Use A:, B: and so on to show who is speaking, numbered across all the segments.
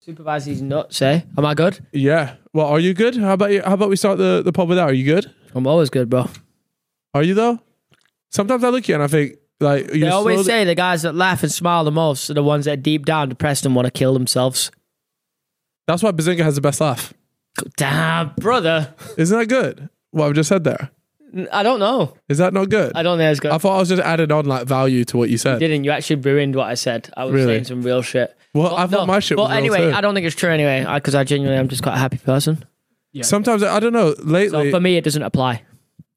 A: Supervise these nuts, eh? Am I good?
B: Yeah. Well, are you good? How about you, how about we start the, the pod with that? Are you good?
A: I'm always good, bro.
B: Are you though? Sometimes I look at you and I think like you
A: They always
B: slowly-
A: say the guys that laugh and smile the most are the ones that are deep down depressed and want to kill themselves.
B: that's why Bazinga has the best laugh.
A: Damn, brother.
B: Isn't that good? What I've just said there.
A: I don't know.
B: Is that not good?
A: I don't think it's good.
B: I thought I was just adding on like value to what you said.
A: didn't. You actually ruined what I said. I was
B: Really?
A: saying some real shit.
B: Well, I thought my shit
A: But
B: was real
A: anyway,
B: too.
A: I don't think it's true anyway, because I genuinely am just quite a happy person.
B: Sometimes I don't know.
A: So
B: Lately,
A: for me, it doesn't apply.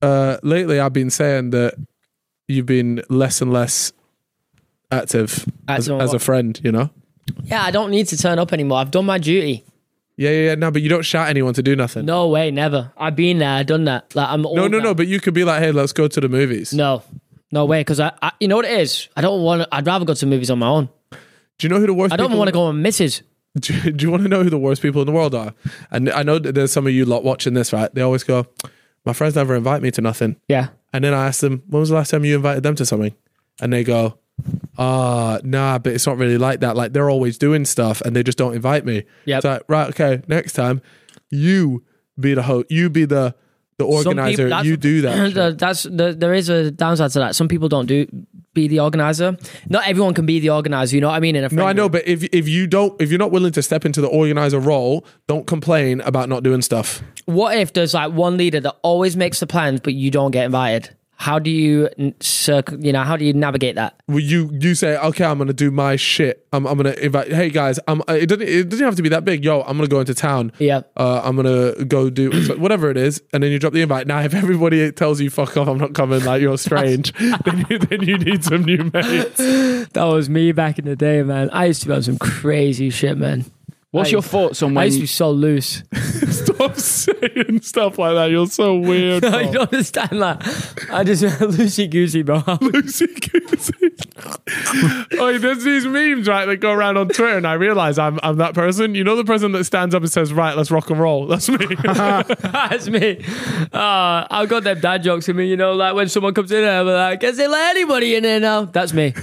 B: uh, lately I've been saying that you've been less and less active as,
A: Active on
B: as a
A: what?
B: friend. You know.
A: Yeah, I don't need to turn up anymore. I've done my duty.
B: Yeah, yeah, yeah. No, but you don't shout anyone to do nothing.
A: No way, never. I've been there. I've done that. Like I'm.
B: no, no, no. But you could be like, hey, let's go to the movies.
A: No, no way. Because I, I, you know what it is. I don't want. I'd rather go to movies on my own.
B: Do you know who the worst?
A: I don't
B: people-
A: want to go on misses.
B: do, you- do you want to know who the worst people in the world are? And I know that there's some of you lot watching this, right? They always go, my friends never invite me to nothing.
A: Yeah.
B: And then I ask them, when was the last time you invited them to something? And they go, ah, nah, but it's not really like that. Like they're always doing stuff and they just don't invite me.
A: Yep.
B: It's like, right, okay, next time you be the host, you be the the
A: Some peop-
B: organizer,
A: that's-
B: you do that. shit.
A: the- that's the, there is a downside to that. Some people don't do be the organizer. Not everyone can be the organizer. You know what I mean? In a
B: No, I
A: friend
B: know,
A: group.
B: but if if you don't if you're not willing to step into the organizer role, don't complain about not doing stuff.
A: What if there's like one leader that always makes the plans, but you don't get invited? How do you n- circle? You know, how do you navigate that?
B: Well, you you say, okay, I'm gonna do my shit. I'm I'm gonna invite. Hey guys, I'm. uh, It doesn't it doesn't have to be that big. Yo, I'm gonna go into town.
A: Yeah.
B: Uh, I'm gonna go do whatever it is, and then you drop the invite. Now, if everybody tells you fuck off, I'm not coming. Like you're strange. then, you, then you need some new mates.
A: That was me back in the day, man. I used to be on some crazy shit, man.
C: What's your thoughts on
A: I
C: when
A: used to be so loose.
B: Stop saying stuff like that. You're so weird.
A: I
B: bro.
A: don't understand that. I just loosey goosey, bro.
B: Lucy Goosey. oh, there's these memes, right, that go around on Twitter, and I realize I'm I'm that person. You know, the person that stands up and says, "Right, let's rock and roll." That's me.
A: That's me. Uh, I've got them dad jokes in me, you know, like when someone comes in, I'm like, guess they let anybody in there now. That's me.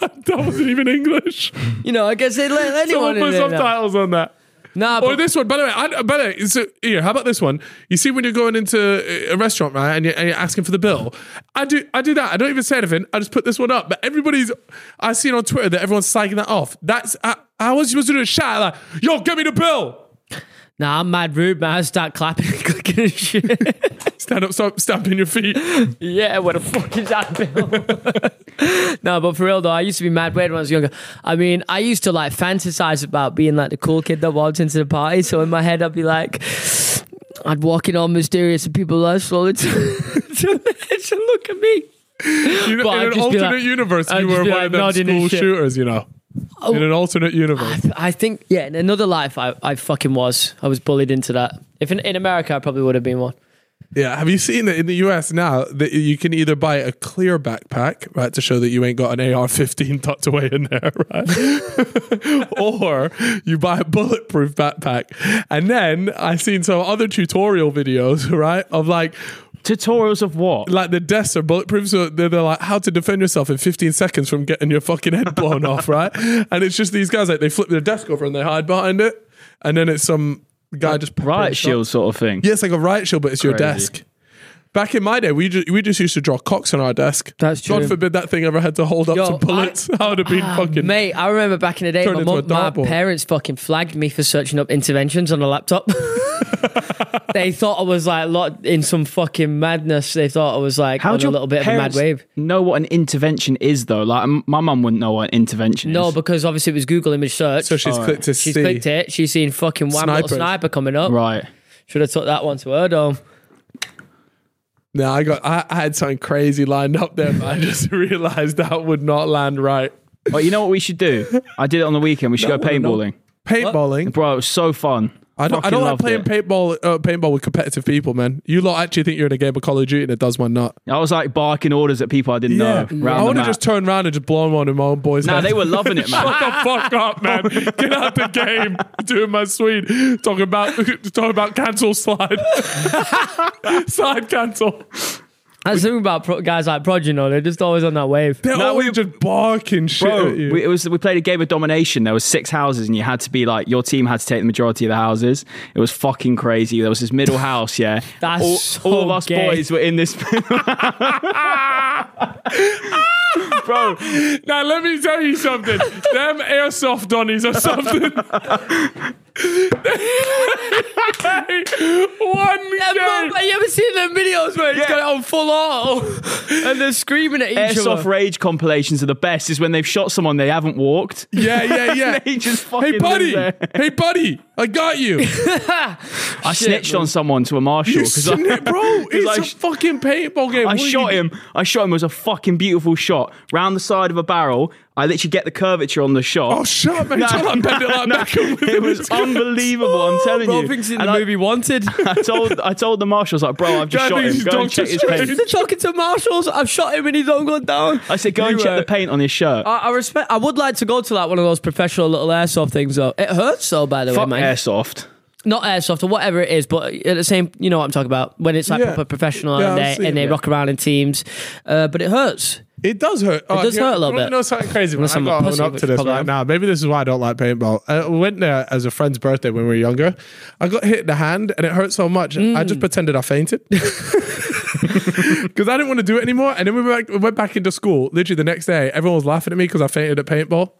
B: that wasn't even English.
A: You know, I guess they let anyone
B: Someone
A: in
B: put
A: there now.
B: subtitles on that.
A: Nah,
B: Or
A: but
B: this one, by the way, I, by the way, so, here, how about this one? You see, when you're going into a restaurant, right, and you're, and you're asking for the bill, I do, I do that. I don't even say anything. I just put this one up. But everybody's, I've seen on Twitter that everyone's slagging that off. That's I, I was supposed to do a shout like, "Yo, get me the bill."
A: nah, I'm mad rude, man. I start clapping and clicking and shit.
B: Stand up, stop stamping your feet.
A: Yeah, what the fuck is that bill? no, but for real though, I used to be mad weird when I was younger. I mean, I used to like fantasize about being like the cool kid that walked into the party. So in my head, I'd be like, I'd walk in all mysterious and people like slowly to, to, to look at me.
B: You know,
A: But I'd
B: in an
A: just be
B: alternate
A: like-
B: universe,
A: I'd
B: you
A: just
B: were
A: be
B: one
A: like
B: of them
A: nodding and
B: school
A: shit. Oh.
B: shooters, you know. In an alternate universe.
A: I think yeah, in another life, I, I fucking was. I was bullied into that. If in, in America, I probably would have been one.
B: Yeah. Have you seen that in the US now that you can either buy a clear backpack, right, to show that you ain't got an AR 15 tucked away in there, right? or you buy a bulletproof backpack. And then I've seen some other tutorial videos, right, of like,
C: tutorials of what?
B: like the desks are bulletproof, so they're, they're like how to defend yourself in 15 seconds from getting your fucking head blown off, right? And it's just these guys like they flip their desk over and they hide behind it, and then it's some guy just popping a
C: Riot
B: shot.
C: shield sort of thing.
B: Yeah, it's like a riot shield, but it's your
C: Crazy.
B: desk. Back in my day, we just, we just used to draw cocks on our desk.
A: That's true.
B: God forbid that thing ever had to hold up
A: Yo,
B: to bullets. I, would have been fucking.
A: Ah, Mate, I remember back in the day,
B: Turned
A: my,
B: into
A: mum-
B: a
A: my
B: dartboard.
A: parents fucking flagged me for searching up interventions on a laptop. they thought I was like lot in some fucking madness. They thought I was like
C: How
A: on a
C: do your
A: little bit of a mad
C: parents
A: wave.
C: know what an intervention is though? Like m- my mum wouldn't know what an intervention
A: No,
C: is.
A: because obviously it was Google image search.
B: So she's clicked to
A: she's
B: see.
A: clicked it. She's seen fucking one little
B: Snipers.
A: sniper coming up.
C: right.
A: Should have took that one to her though.
B: No, I got. I, I had something crazy lined up there, but I just realized that would not land right.
C: Well, you know what we should do? I did it on the weekend. We should go
B: wouldn't know.
C: paintballing.
B: Paintballing.
C: Bro, it was so fun.
B: I don't, I
C: Fucking
B: don't like
C: loved
B: playing
C: it.
B: paintball uh, paintball with competitive people, man. You lot actually think you're in a game of Call of Duty and it does one not.
C: I was like barking orders at people I didn't
B: I
C: know. Round
B: would have just turned around and just blown one in my own boys.
C: Nah,
B: head.
C: they were loving it, man.
B: Shut the fuck up, man. Get out the game. Doing my sweet. Talking about talking about cancel slide. slide cancel.
A: That's the thing about pro- guys like Progino. They're just always on that wave.
B: They're
C: No,
B: always
C: we-
B: just barking shit
C: Bro,
B: at you.
C: we, it was we played a game of domination. There was six houses, and you had to be like your team had to take the majority of the houses. It was fucking crazy. There was this middle house, yeah.
A: That's
C: all,
A: so
C: all of us
A: gay.
C: boys were in this. Bro,
B: Now let me tell you something. Them airsoft donnies or something. One
A: Yeah,
B: game.
A: but- but you ever seen the videos where it's
C: Yeah.
A: got it on full auto and they're screaming at each
C: airsoft
A: other?
C: rage compilations are the best. Is when they've shot someone they haven't walked.
B: Yeah, yeah, yeah.
C: They just fucking
B: hey,
C: live
B: buddy.
C: there.
B: Hey, buddy. I got you.
C: I
A: Shit,
C: snitched
A: man.
C: on someone to a marshal
B: You
C: because I,
B: sni- bro, it's
C: I
B: a
C: sh-
B: fucking paintball game.
C: I
B: What are you
C: shot him. I shot him. It was a fucking beautiful shot round the side of a barrel. I literally get the curvature on the shot.
B: Oh, shut up, man.
C: No,
B: Tell him bend it like
C: no,
B: Beckham.
C: it was unbelievable.
B: Oh,
C: I'm telling
A: Bro
C: you.
A: thinks in
C: And
A: the
C: I-
A: movie Wanted.
C: I told I told the marshal, I was like, bro, I've just
B: Guy
C: shot
B: thinks
C: him.
B: he's
C: Go and
B: Doctor
C: check his
B: Strange.
C: paint.
A: They're talking to marshals. I've shot him and he's all gone down.
C: I said, go and
A: You,
C: check
A: uh,
C: the paint on his shirt.
B: Oh,
A: I, I respect. I would like to go to like one of those professional little airsoft things though. It hurts though, by the
C: Fuck
A: way, man.
C: airsoft.
A: Not airsoft or whatever it is, but at the same, you know what I'm talking about. When it's like
B: Yeah.
A: proper professional
B: Yeah, I've
A: and
B: seen
A: they and they
B: it.
A: rock around in teams, uh, but it hurts.
B: It does hurt. Oh,
A: does
B: you
A: hurt a little
B: wanna
A: bit.
B: know something crazy? man?
A: Unless
B: I
A: I'm a
B: got
A: pussy,
B: own up
A: which
B: to this
A: probably
B: right
A: am.
B: now. Maybe this is why I don't like paintball. Uh, I went there as a friend's birthday when we were younger. I got hit in the hand and it hurt so much.
A: Mm.
B: I just pretended I fainted because I didn't want to do it anymore. And then we went back, we went back into school. Literally the next day, everyone was laughing at me because I fainted at paintball.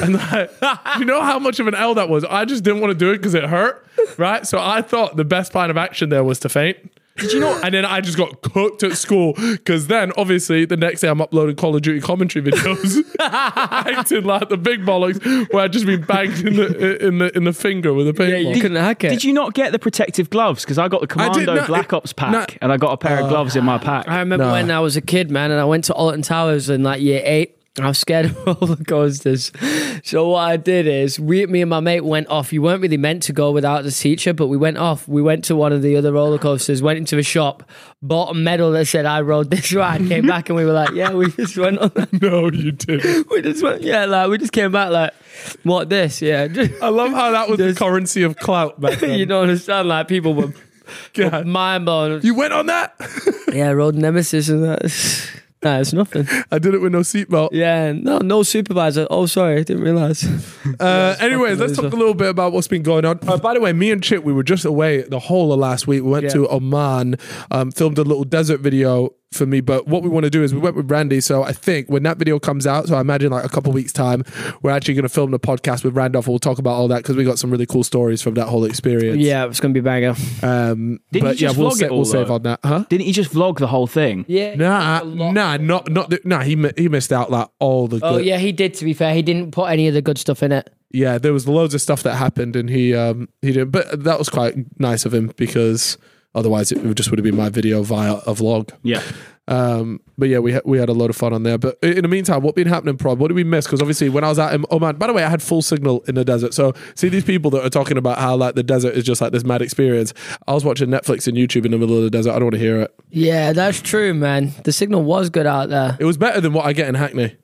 B: and like, you know how much of an L that was. I just didn't want to do it because it hurt, right? So I thought the best plan of action there was to faint. Did you know? And then I just got cooked at school because then, obviously, the next day I'm uploading Call of Duty commentary videos, acting like the big bollocks, where I'd just been banged in the in the in the finger with a paintball.
A: you couldn't hack it.
C: Did you not get the protective gloves? Because I got the
B: did
C: Commando
B: not- Uh,
C: Black Ops pack,
B: not-
C: and I got a pair of gloves in my pack.
A: I remember when I was a kid, man, and I went to Alton Towers in like year eight. I was scared of roller coasters. So what I did is we me and my mate went off. You weren't really meant to go without the teacher, but we went off. We went to one of the other roller coasters, went into a shop, bought a medal that said I rode this ride, came back and we were like, Yeah, we just went on that.
B: No, you didn't.
A: We just went yeah, like we just came back like what this? Yeah.
B: I love how that was
A: There's-
B: the currency of clout back then.
A: you don't understand, like people were
B: God.
A: mind blown.
B: You went on that?
A: Yeah, I rode Nemesis and that. Nah, it's nothing.
B: I did it with no seatbelt.
A: Yeah, no, no supervisor. Oh, sorry, I didn't realize.
B: Uh, anyways, let's
A: loser.
B: talk a little bit about what's been going on. Uh, by the way, me and Chip, we were just away the whole of last week. We went
A: Yeah.
B: to Oman, um, filmed a little desert video for me. But what we want to do is we went with Randy. So I think when that video comes out, so I imagine like a couple weeks time, we're actually going to film the podcast with Randolph. We'll talk about all that because we got some really cool stories from that whole experience.
A: yeah, it's gonna be banger.
B: Um,
C: Didn't
B: but
C: you
B: yeah,
C: just
B: we'll,
C: vlog
B: sa-
C: it all,
B: we'll save
C: though?
B: on that, huh?
C: Didn't he just vlog the whole thing?
A: Yeah.
B: Nah, nah, not not the, nah. He mi- he missed out like all the.
A: Oh
B: good-
A: yeah, he did. To be fair, he didn't put any of the good stuff in it.
B: yeah, there was loads of stuff that happened, and he um he did, but that was quite nice of him because otherwise it would- just would have been my video via a vlog.
C: Yeah.
B: Um, but yeah, we ha- we had a lot of fun on there. But i- in the meantime, what been happening, Prod? What did we miss? Because obviously, when I was out in Oman, by the way, I had full signal in the desert. So see these people that are talking about how like the desert is just like this mad experience. I was watching Netflix and YouTube in the middle of the desert. I don't want to hear it.
A: Yeah, that's true, man. The signal was good out there.
B: It was better than what I get in Hackney.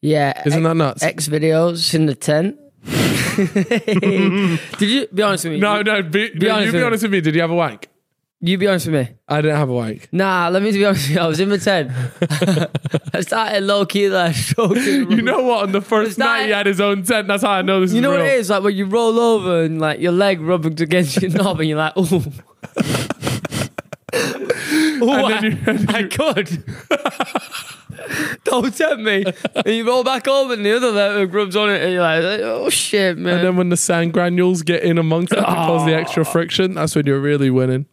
A: Yeah,
B: Isn't that nuts?
A: X videos in the tent? did you be honest with me?
B: no,
A: You-
B: no. Be, be
A: honest
B: you
A: with
B: be
A: me.
B: honest with me. Did you have a wank?
A: you be honest with me.
B: I didn't have a wank.
A: Nah, let me be honest with you. I was in the tent. I started low key like stroking.
B: You know what? On the first
A: Mm-hmm. that-
B: night, he had his own tent. That's how I know this
A: You
B: is
A: know
B: real.
A: what it is like when you roll over and like your leg rubbing against your knob and you're like, ooh. Ooh, I,
B: then you- and
A: I could. Don't tempt me. And you roll back over and the other leg rubs on it and you're like, oh shit, man.
B: And then when the sand granules get in amongst it to cause the extra
A: Ah.
B: friction, that's when you're really winning.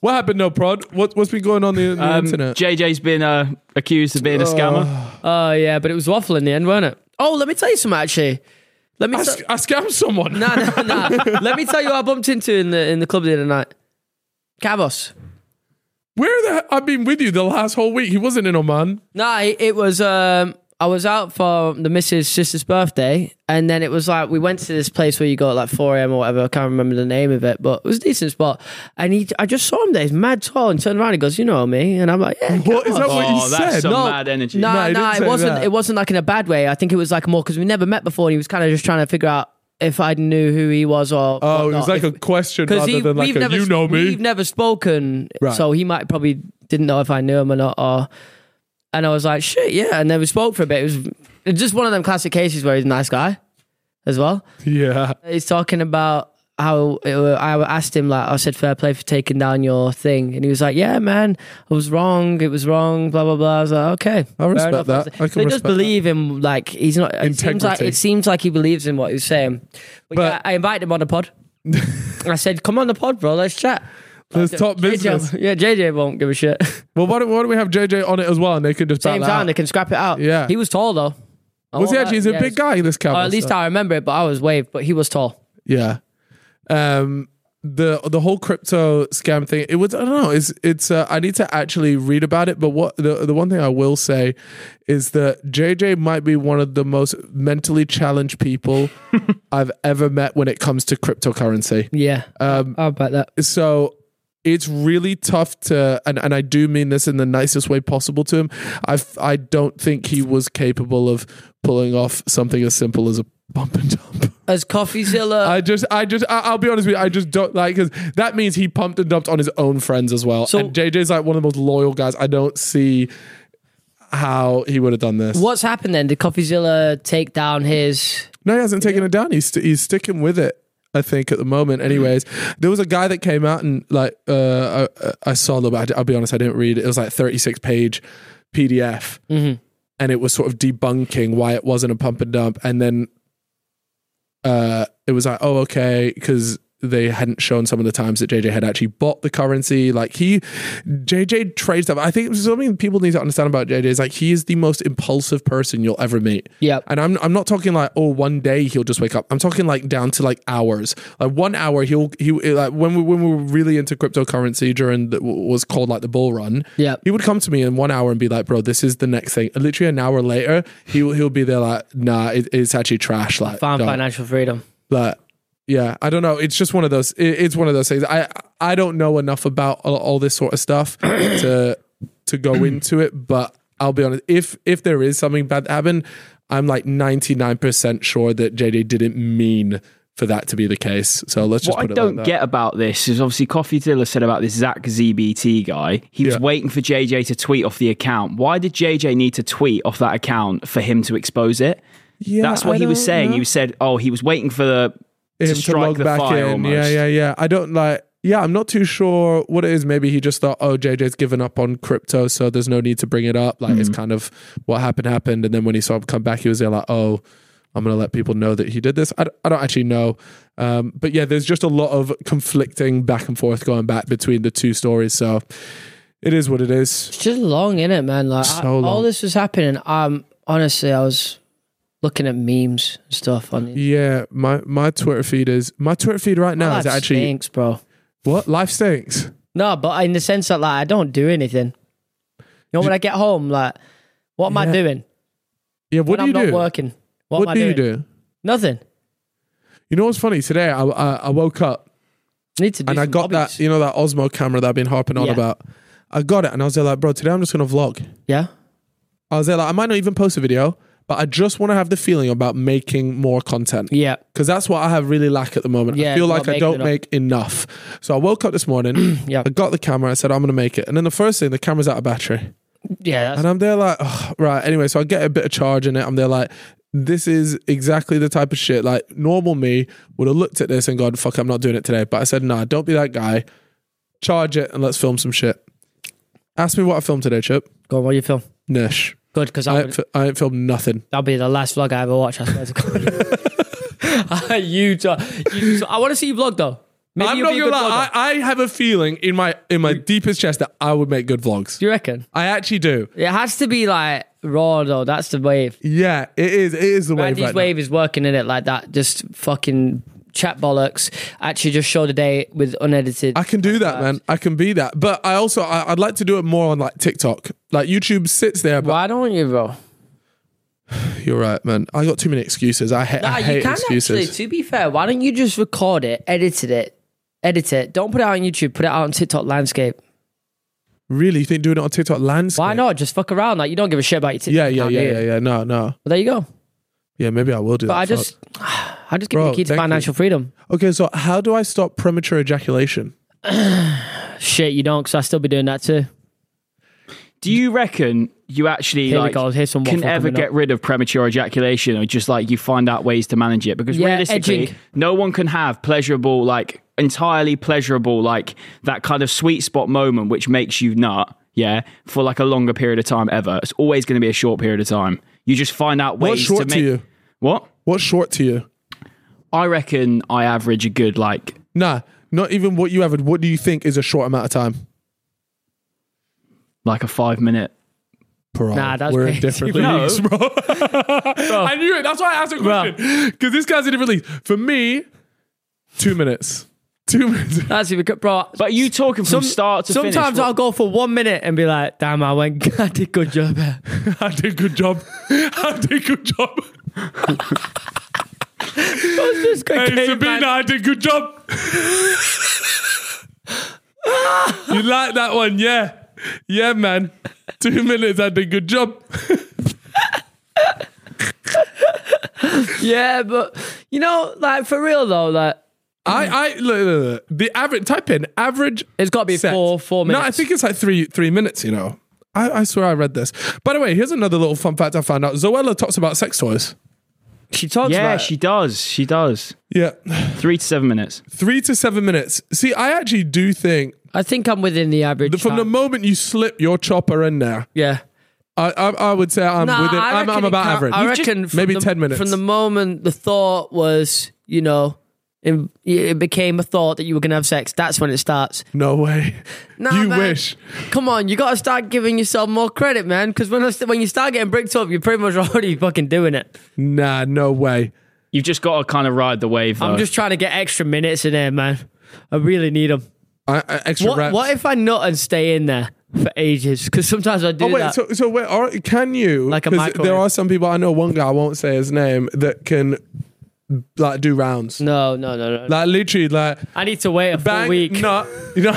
B: what happened, no prod? What, what's been going on the, the
C: Um,
B: internet?
C: JJ's been uh, accused of being a scammer.
A: oh yeah, but it was waffle in the end, weren't it? Oh, let me tell you something actually. Let me
B: I,
A: tell
B: sc- I scammed someone.
A: no, no, no. let me tell you what I bumped into in the in the club the other night. Cavos.
B: Where the I've been with you the last whole week. He wasn't in Oman.
A: No, it it was. Um, I was out for the missus' sister's birthday, and then it was like we went to this place where you go at like four a.m. or whatever. I can't remember the name of it, but it was a decent spot. And he, I just saw him there. He's mad tall, and turned around. He goes, "You know me?" And I'm like, "Yeah."
B: What is that? what
C: Oh,
B: he
C: that's
B: said?
C: some
A: No,
C: mad energy.
A: No,
B: No, he
A: no,
B: didn't
A: it
B: say
A: wasn't.
B: that.
A: It wasn't like in a bad way. I think it was like more because we never met before, and he was kind of just trying to figure out if I knew who he was or
B: Oh, it was like a question rather than like a you know me.
A: We've never spoken,
B: Right.
A: so he might probably didn't know if I knew him or not. Or and I was like, shit, yeah. And then we spoke for a bit. It was it's just one of them classic cases where he's a nice guy, as well.
B: yeah.
A: He's talking about how it were, I asked him like I said fair play for taking down your thing, and he was like, "Yeah, man, I was wrong. It was wrong. Blah blah blah." I was like, "Okay,
B: I respect
A: fair enough."
B: that. I can
A: so he does
B: respect that.
A: believe him. Like he's not. It seems like,
B: Integrity.
A: it seems like he believes in what he's saying. But,
B: But-
A: yeah, I invited him on the pod. I said, "Come on the pod, bro. Let's chat."
B: There's top business.
A: JJ, yeah, JJ won't give a shit.
B: Well, why don't, why don't we have JJ on it as well and they can just
A: Same
B: battle
A: time, they
B: Out.
A: can scrap it out.
B: Yeah.
A: he was tall though. I
B: Was
A: won't lie.
B: he actually? He's a
A: Yeah,
B: big guy, this
A: Or
B: camera.
A: at least I remember it, but I was waved. But he was tall.
B: Yeah. Um the the whole crypto scam thing it was I don't know it's it's uh, I need to actually read about it but what the the one thing I will say is that JJ might be one of the most mentally challenged people I've ever met when it comes to cryptocurrency.
A: Yeah, um, I'll bet that.
B: So it's really tough to and, and I do mean this in the nicest way possible to him. I I don't think he was capable of pulling off something as simple as a bump and dump.
A: As CoffeeZilla,
B: I just, I just, I- I'll be honest with you. I just don't like because that means he pumped and dumped on his own friends as well.
A: So-
B: and JJ's like one of the most loyal guys. I don't see how he would have done this.
A: What's happened then? Did CoffeeZilla take down his?
B: No, he hasn't taken it down. He's st- he's sticking with it. I think at the moment, anyways, there was a guy that came out and like uh, I, I saw a little bit. I d- I'll be honest, I didn't read it. It was like thirty six page PDF, and it was sort of debunking why it wasn't a pump and dump. And then uh, it was like, oh, okay, because they hadn't shown some of the times that JJ had actually bought the currency. Like he, JJ trades stuff. I think something people need to understand about JJ is like he is the most impulsive person you'll ever meet.
A: Yep.
B: And I'm I'm not talking like oh one day he'll just wake up. I'm talking like down to like hours. Like one hour he'll he like when we when we were really into cryptocurrency during the, what was called like the bull run.
A: Yep.
B: He would come to me in one hour and be like, bro, this is the next thing. And literally an hour later, he'll he'll be there like, nah, it, it's actually trash. Like,
A: Found
B: no.
A: financial freedom.
B: But yeah, I don't know. It's just one of those. It, it's one of those things. I I don't know enough about all, all this sort of stuff to to go into it. But I'll be honest. If if there is something bad that happened, I'm like 99 percent sure that JD didn't mean for that to be the case. So let's just
C: What I
B: put it
C: don't
B: like that.
C: get about this is obviously Coffee Dilla said about this Zach ZBT guy. He was
B: Yeah.
C: waiting for JJ to tweet off the account. Why did JJ need to tweet off that account for him to expose it?
B: Yeah,
C: That's what
B: I
C: he was
B: don't
C: saying.
B: know.
C: He said, "Oh, he was waiting for the
B: him
C: to
B: to
C: strike
B: log
C: the
B: back
C: fire."
B: in.
C: Almost.
B: Yeah, yeah, yeah. I don't like. Yeah, I'm not too sure what it is. Maybe he just thought, oh, JJ's given up on crypto, so there's no need to bring it up. Like
C: Mm.
B: it's kind of what happened happened, and then when he saw him come back, he was there like, oh, I'm gonna let people know that he did this. I, d- I don't actually know, um, but yeah, there's just a lot of conflicting back and forth going back between the two stories. So it is what it is.
A: It's just long, in it, man? Like I-
B: So
A: all
B: long.
A: this was happening. Um, honestly, I was looking at memes and stuff on. the
B: Yeah, my my Twitter feed is my Twitter feed right now
A: Life
B: is actually
A: stinks, bro.
B: what life stinks.
A: No, but in the sense that like I don't do anything. You know, when I get home, like, what am I
B: Yeah.
A: doing?
B: Yeah,
A: when
B: what do
A: I'm
B: you
A: not
B: do?
A: working, what, am
B: What
A: I
B: do
A: doing?
B: you do?
A: Nothing.
B: You know what's funny? Today I I, I woke up
A: I need to do.
B: and I
A: some
B: got
A: hobbies.
B: that you know that Osmo camera that I've been harping on
A: Yeah.
B: about. I got it and I was there like, bro, today I'm just gonna vlog.
A: Yeah.
B: I was there like, I might not even post a video, but I just want to have the feeling about making more content.
A: Yeah.
B: Because that's what I have really lack at the moment.
A: Yeah,
B: I feel
A: not
B: like I
A: making
B: don't
A: enough.
B: make enough. So I woke up this morning,
A: Yeah.
B: I got the camera, I said, I'm going to make it. And then the first thing, the camera's out of battery.
A: Yeah. That's,
B: And I'm there like, "Ugh, right. Anyway, so I get a bit of charge in it. I'm there like, this is exactly the type of shit like normal me would have looked at this and gone, fuck, I'm not doing it today. But I said, nah, don't be that guy. Charge it and let's film some shit. Ask me what I filmed today, Chip.
A: go on. What do you film?
B: Nish.
A: Good, because
B: I
A: I
B: ain't, fi- I ain't filmed nothing.
A: That'll be the last vlog I ever watch. I swear to God. you, jo- you so I want to see you vlog though. Maybe
B: I'm
A: you'll
B: not
A: be a
B: gonna
A: good
B: lie.
A: vlogger.
B: I, I have a feeling in my in my deepest chest that I would make good vlogs.
A: Do you reckon?
B: I actually do.
A: It has to be like raw though. That's the wave.
B: Yeah, it is. It is the wave.
A: Andy's
B: right now.
A: wave is working in it like that. Just fucking chat bollocks. Actually, just show the day with unedited.
B: I can do that, man. I can be that. But I also I, I'd like to do it more on like TikTok. Like YouTube sits there, but
A: Why don't you, bro?
B: you're right, man. I got too many excuses. I, ha-
A: Nah,
B: I
A: you
B: hate
A: can actually.
B: excuses.
A: To be fair, why don't you just record it, edited it, edit it? Don't put it out on YouTube. Put it out on TikTok landscape.
B: Really, you think doing it on TikTok landscape?
A: Why not? Just fuck around. Like you don't give a shit about your TikTok.
B: Yeah, yeah,
A: account, do
B: yeah,
A: you?
B: yeah, yeah. No, no.
A: Well, there you go.
B: Yeah, maybe I will do
A: But
B: that.
A: I
B: fuck.
A: just How just give me
B: Bro,
A: the key to
B: thank
A: financial freedom?
B: Okay, so how do I stop premature ejaculation?
A: Shit, you don't, because I still be doing that too.
C: Do you reckon you actually
A: Here we
C: like,
A: go, here's some
C: can
A: waffle
C: ever
A: coming up.
C: get rid of premature ejaculation, or just like you find out ways to manage it? Because
A: Yeah,
C: realistically,
A: edging.
C: no one can have pleasurable, like entirely pleasurable, like that kind of sweet spot moment which makes you nut. Yeah, for like a longer period of time ever. It's always going to be a short period of time. You just find out ways
B: What's short to,
C: to make
B: you?
C: what.
B: What's short to you?
C: I reckon I average a good like
B: Nah, not even what you average. What do you think is a short amount of time?
C: like a five minute.
B: Bro,
A: Nah, that's
B: we're in
A: crazy,
B: different
A: bro.
C: No.
B: leagues, bro. I knew it. That's why I asked a
A: Bro.
B: question because this guy's in different leagues. For me, two minutes. Two minutes.
A: That's even good, bro.
C: But you talking from start to
A: sometimes
C: finish?
A: I'll go for one minute and be like, damn, I went, I did good job. there."
B: I did good job. I did good job.
A: It's just good
B: Hey,
A: game, man.
B: Sabina, I did good job. you like that one? Yeah. Yeah, man. Two minutes, I did good job.
A: Yeah, but you know, like for real though, like
B: I, I look, look, look. the average. Type in average.
A: It's gotta be
B: sex.
A: four- four
B: No, I
A: minutes.
B: think it's like three three minutes. You know, I, I swear I read this. By the way, here's another little fun fact I found out. Zoella talks about sex toys.
A: she talks
C: yeah,
A: about.
C: she does. She does.
B: Yeah,
C: Three to seven minutes.
B: three to seven minutes. See, I actually do think
A: I think I'm within the average.
B: that from the
A: time.
B: moment you slip your chopper in there,
A: yeah,
B: I I, I would say I'm
A: Nah,
B: within.
A: I
B: I'm,
A: reckon it
B: I'm about
A: count-
B: average.
A: I reckon from
B: maybe
A: the-
B: ten minutes.
A: from the moment the thought was, you know, it, it became a thought that you were gonna have sex. That's when it starts.
B: no way.
A: Nah,
B: you
A: man.
B: wish.
A: Come on, you gotta start giving yourself more credit, man. Because when I st- when you start getting bricked up, you're pretty much already fucking doing it.
B: Nah, no way.
C: You've just got to kind of ride the wave. Though.
A: I'm just trying to get extra minutes in there, man. I really need them.
B: I, I, extra
A: What,
B: reps.
A: what if I nut and stay in there for ages? Because sometimes I do
B: Oh wait,
A: that.
B: so so wait, are, can you?
A: Like a
B: 'cause
A: microwave.
B: There are some people I know. One guy I won't say his name that can like do rounds.
A: no, no, no, no.
B: Like literally, like
A: I need to wait a full
B: bang,
A: week.
B: nut. You know,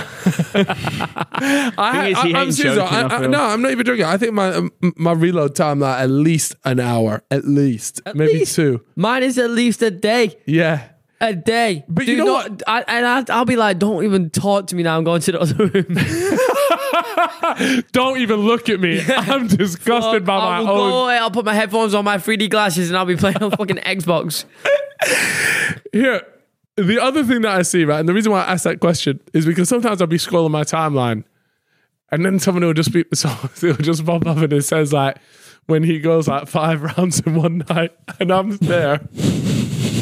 B: I,
C: Thing is, he
B: I, am
C: ain't
B: serious. though.
C: joking,
B: I,
C: I
B: I,
C: feel.
B: no, I'm not even joking. I think my um, my reload time like at least an hour, at least maybe
A: least.
B: two.
A: Mine is at least a day.
B: Yeah,
A: A day.
B: But you
A: Do
B: know
A: not- I, and I, I'll be like, don't even talk to me now. I'm going to the other room.
B: don't even look at me. I'm disgusted by
A: I
B: my
A: will
B: own.
A: go away. I'll put my headphones on, my 3D glasses, and I'll be playing on fucking Xbox.
B: Here, the other thing that I see, right, and the reason why I asked that question is because sometimes I'll be scrolling my timeline, and then someone will just be, will just pop up and it says like, when he goes like five rounds in one night, and I'm there.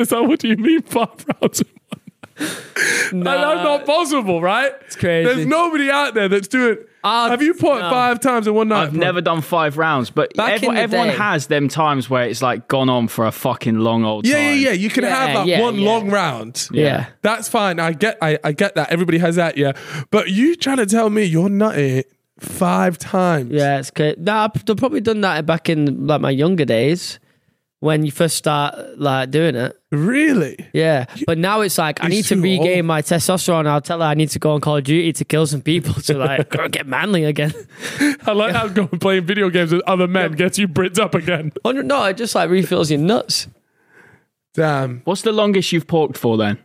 B: It's like, what do you mean five rounds? in one night? Like, that's not possible, right? It's
A: crazy.
B: There's nobody out there that's doing.
A: I've-
B: Have you put
A: no.
B: five times in one night?
C: I've
B: bro?
C: never done five rounds, but
A: Back in
C: everyone,
A: the
C: everyone
A: day.
C: has them times where it's like gone on for a fucking long old
B: Yeah,
C: time.
B: yeah, yeah. You can
A: Yeah,
B: have like
A: yeah,
B: one
A: yeah.
B: long round.
A: Yeah.
B: That's fine. I get I, I get that. Everybody has that, yeah. But you trying to tell me you're nutty five times.
A: Yeah, it's good. Nah, I've probably done that back in like my younger days when you first start like doing it.
B: Really?
A: Yeah, but now it's like I
B: You're
A: need to
B: too
A: regain
B: old.
A: my testosterone. I'll tell her I need to go on Call of Duty to kill some people to like go get manly again.
B: I like how going playing video games with other men gets you bricked up again.
A: Oh, no, no, it just like refills your nuts.
B: Damn.
C: What's the longest you've porked for then?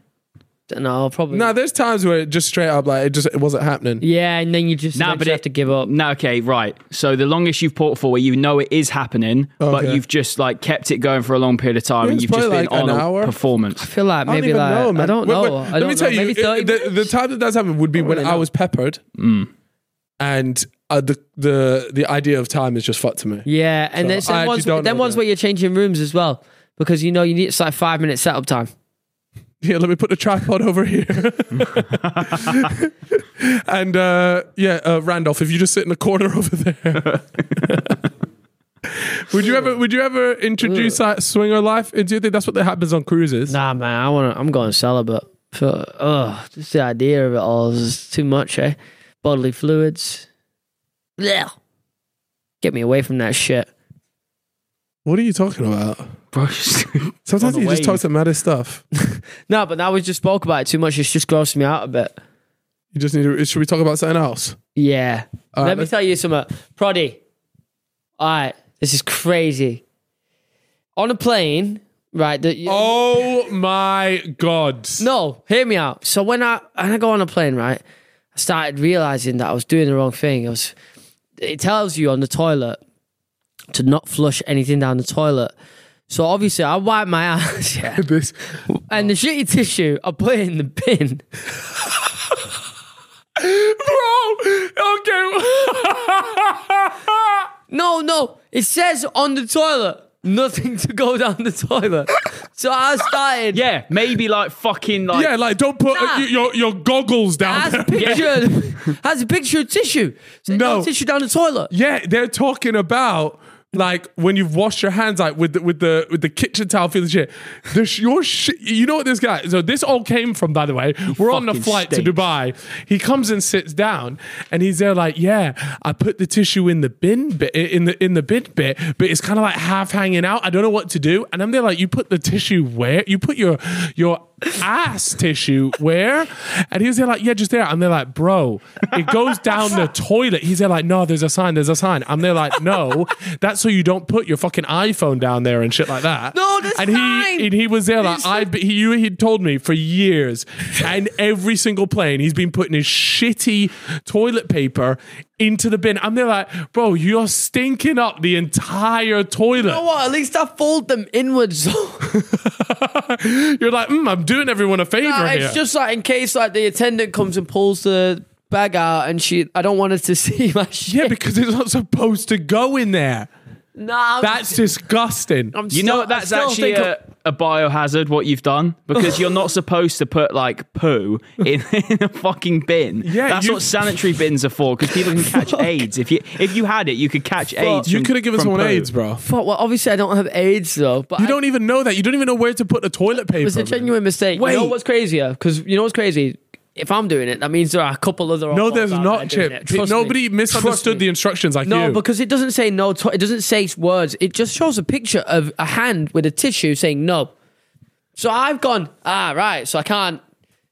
A: No, probably.
B: Now there's times where it just straight up like it just it wasn't happening.
A: Yeah, and then you just
C: Nah,
A: eventually
C: but it-
A: have to give up.
C: No, okay, right. So the longest you've porked for where you know it is happening, but
B: Okay.
C: you've just like kept it going for a long period of time and
B: it's
C: you've just
B: probably
C: been
B: like
C: on
B: an
C: a
B: hour.
A: I
C: performance.
A: feel like
B: I don't
A: maybe
B: even
A: like
B: know, man.
A: I don't
B: Wait,
A: know.
B: wait,
A: I don't
B: let me
A: know.
B: tell you,
A: maybe
B: it-
A: thirty.
B: the, the time that that's happened would be when I was peppered, and uh, the the the idea of time is just fucked to me.
A: yeah, and
B: So
A: then
B: I
A: some
B: actually
A: ones,
B: don't
A: then
B: know
A: ones
B: that.
A: where you're changing rooms as well because you know you need it's like five minute setup time.
B: Here, let me put the tripod over here. and uh, yeah, uh, Randolph, if you just sit in the corner over there. would you ever? Would you ever introduce that swinger life? Do you think that's what that happens on cruises?
A: Nah, man, I want to. I'm going celibate. For oh, just the idea of it all is just too much, eh? Bodily fluids. Yeah. Get me away from that shit.
B: What are you talking about?
C: Bro,
B: Sometimes
C: On
B: you
C: the
B: just talk
C: wave.
B: some maddest stuff.
A: No, but now we just spoke about it too much. It's just grossed me out a bit.
B: You just need. to... Should we talk about something else?
A: Yeah.
B: All right,
A: Let me
B: let's-
A: tell you something. Proddy. All right. This is crazy. On a plane, right? The,
B: Oh my god!
A: No, hear me out. So when I when I go on a plane, right, I started realizing that I was doing the wrong thing. I was. It tells you on the toilet to not flush anything down the toilet. So obviously, I wipe my ass, yeah,
B: This
A: and the shitty tissue I put it in the bin.
B: bro. Okay.
A: No, no, it says on the toilet nothing to go down the toilet. So I started.
C: Yeah, maybe like fucking like
B: yeah, like don't put
A: Nah.
B: y- your your goggles down.
A: Has a
B: There.
A: picture, has a picture of tissue. So no.
B: No.
A: tissue down the toilet.
B: Yeah, they're talking about like when you've washed your hands like with the, with the with the kitchen towel feeling shit. The sh- your shit. You know what this guy? So this all came from, by the way. We're on the
C: fucking
B: flight to
C: stinks.
B: Dubai. He comes and sits down, and he's there like, yeah, I put the tissue in the bin bit in the in the bin bit, but it's kind of like half hanging out. I don't know what to do, and I'm there like, you put the tissue where? You put your your ass tissue where? And he's there like, yeah, just there. I'm there like, bro, it goes down the toilet. He's there like, no, there's a sign, there's a sign. I'm there like, no, that's so you don't put your fucking iPhone down there and shit like that.
A: No, there's
B: and
A: sign.
B: he and he was there like I he you he'd told me for years, and every single plane he's been putting his shitty toilet paper into the bin. I'm there like, bro, you're stinking up the entire toilet.
A: You know what? At least I fold them inwards.
B: You're like, mm, I'm doing everyone a favor
A: Nah,
B: here.
A: it's just like in case like the attendant comes and pulls the bag out and she I don't want her to see my shit.
B: yeah, because it's not supposed to go in there.
A: nah, I'm,
B: That's disgusting.
A: I'm
C: You
A: still-
C: know
A: I
C: what? That's
A: still
C: actually
A: think
C: a, a biohazard. What you've done because you're not supposed to put like poo in, in a fucking bin.
B: Yeah,
C: that's
B: you-
C: what sanitary bins are for because people can catch AIDS. If you if you had it, you could catch AIDS.
B: you
C: from-
B: could have given
C: from
B: someone
C: poo.
B: AIDS, bro.
A: Fuck, well, obviously I don't have AIDS though, but
B: You
A: I-
B: don't even know that. You don't even know where to put the toilet paper.
A: it was a
B: man.
A: genuine mistake. You know
B: Wait.
A: what's crazier? Because you know what's crazy? If I'm doing it, that means there are a couple other.
B: No,
A: oddballs
B: there's
A: out
B: not,
A: there doing
B: Chip.
A: it. Trust me.
B: Nobody
A: Trust
B: misunderstood
A: me.
B: the instructions like
A: No,
B: you.
A: because it doesn't say no. To- it doesn't say words. It just shows a picture of a hand with a tissue saying no. So I've gone. Ah, right. So I can't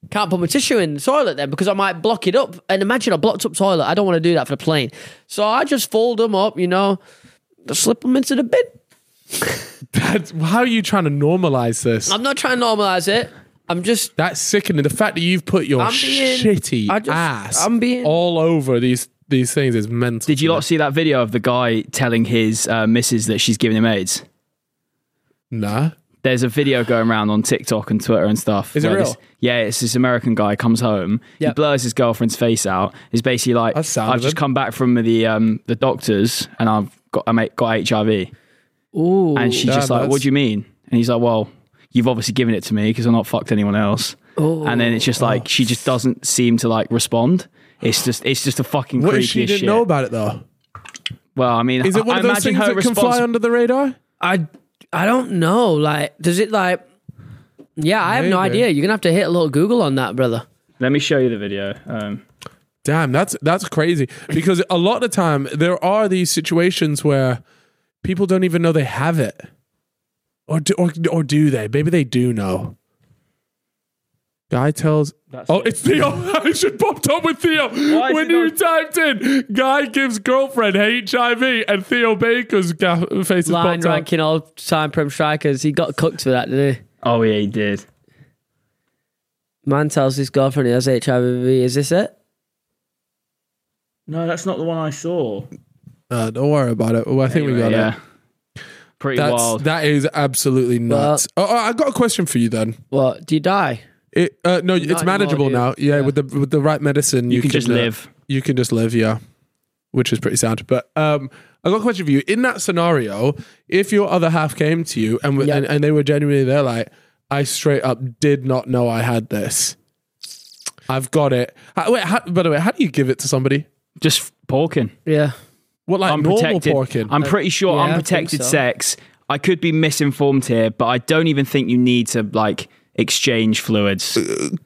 A: can't put my tissue in the toilet then because I might block it up. And imagine a blocked up toilet. I don't want to do that for the plane. So I just fold them up. You know, just slip them into the bin.
B: That's, how are you trying to normalize this?
A: I'm not trying to normalize it. I'm just
B: That's sickening. The fact that you've put your
A: I'm being-
B: shitty
A: I just-
B: ass
A: I'm being-
B: all over these these things is mental.
C: Did you
B: to me.
C: lot see that video of the guy telling his uh, missus that she's giving him AIDS?
B: Nah.
C: there's a video going around on TikTok and Twitter and stuff.
B: Is it
C: where
B: real?
C: this- yeah, it's this American guy comes home, he
A: Yep.
C: blurs his girlfriend's face out. He's basically like,
B: That's sound
C: "I've
B: of
C: just
B: him.
C: come back from the um, the doctors and I've got I mate, got HIV."
A: ooh.
C: And she's
B: Damn,
C: just like,
B: that's-
C: "What do you mean?" And he's like, "Well, you've obviously given it to me because I'm not fucked anyone else." And then it's
B: Oh.
C: just like she just doesn't seem to like respond. It's just it's just a fucking
B: What
C: creepy
B: if she
C: as
B: didn't
C: shit.
B: know about it though?
C: well, I mean,
B: Is it one
C: I,
B: of those
C: imagine
B: things
C: her
B: that can
C: response-
B: fly under the radar?
A: I I don't know. Like, does it like? Yeah, I have no
B: Maybe.
A: idea. You're gonna have to hit a little Google on that, brother.
C: Let me show you the video. Um,
B: Damn, that's that's crazy. Because a lot of the time there are these situations where people don't even know they have it, or do, or or do they? Maybe they do know. Guy tells.
C: That's
B: oh,
C: it.
B: it's Theo. I should popped up with Theo.
C: is
B: when
C: it
B: you
C: on-
B: typed in, guy gives girlfriend HIV and Theo Baker's ga- face is
A: line
B: popped up.
A: ranking all time prem strikers. He got cooked for that, did he?
C: oh yeah, he did.
A: Man tells his girlfriend he has HIV. Is this it?
C: No, that's not the one I saw.
B: Uh, don't worry about it. Well, I think we got it.
C: yeah. Pretty
B: eh? That's,
C: wild.
B: that is absolutely nuts. oh, oh, I got a question for you then.
A: What? Do you die?
B: It uh, no, it's
A: anymore,
B: manageable
A: dude.
B: now. Yeah, with the with the right medicine, you,
C: can just
B: uh,
C: live.
B: you can just live. Yeah, which is pretty sad. But um, I got a question for you. In that scenario, if your other half came to you and w-
A: Yeah.
B: and, and they were genuinely there, like I straight up did not know I had this. I've got it. How, wait, how, by the way, how do you give it to somebody?
C: Just porking.
A: Yeah.
B: What like normal
C: Unprotected.
B: porking?
C: I'm pretty sure
A: yeah, I think
C: unprotected
A: so.
C: sex. I could be misinformed here, but I don't even think you need to like exchange fluids.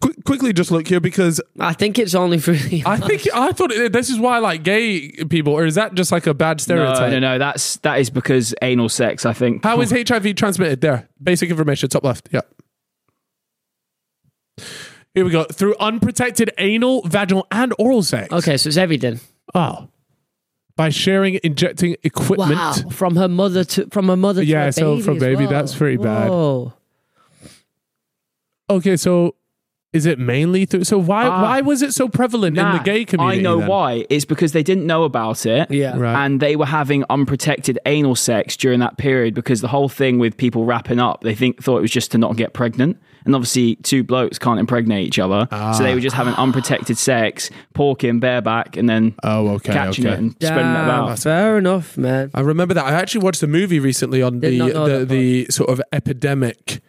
B: Quick, quickly, just look here because
A: I think it's only for.
B: I think I thought it, this is why I like gay people, or is that just like a bad
C: No,
B: stereotype?
C: no, no. That's that is because anal sex. I think.
B: How is HIV transmitted? There, basic information, top left. Yeah. Here we go. Through unprotected anal, vaginal, and oral sex.
A: okay, so it's everything.
B: Oh. by sharing injecting equipment.
A: Wow, from her mother to from her mother. to
B: Yeah,
A: her
B: so
A: baby
B: from
A: as
B: baby,
A: well.
B: that's pretty bad.
A: Whoa.
B: Okay, so is it mainly through? So why
C: Ah.
B: why was it so prevalent in
C: Nah,
B: the gay community?
C: I know
B: then?
C: why. It's because they didn't know about it.
A: Yeah.
B: Right.
C: And they were having unprotected anal sex during that period because the whole thing with people wrapping up, they think thought it was just to not get pregnant. And obviously, two blokes can't impregnate each other, so
B: Ah.
C: they were just having unprotected sex, porking bareback, and then
B: Oh, okay,
C: catching
B: okay.
C: it and spreading it
A: Damn,
C: about.
A: Fair enough, man.
B: I remember that. I actually watched a movie recently on
A: Did
B: the
A: not know
B: the,
A: that
B: the sort of epidemic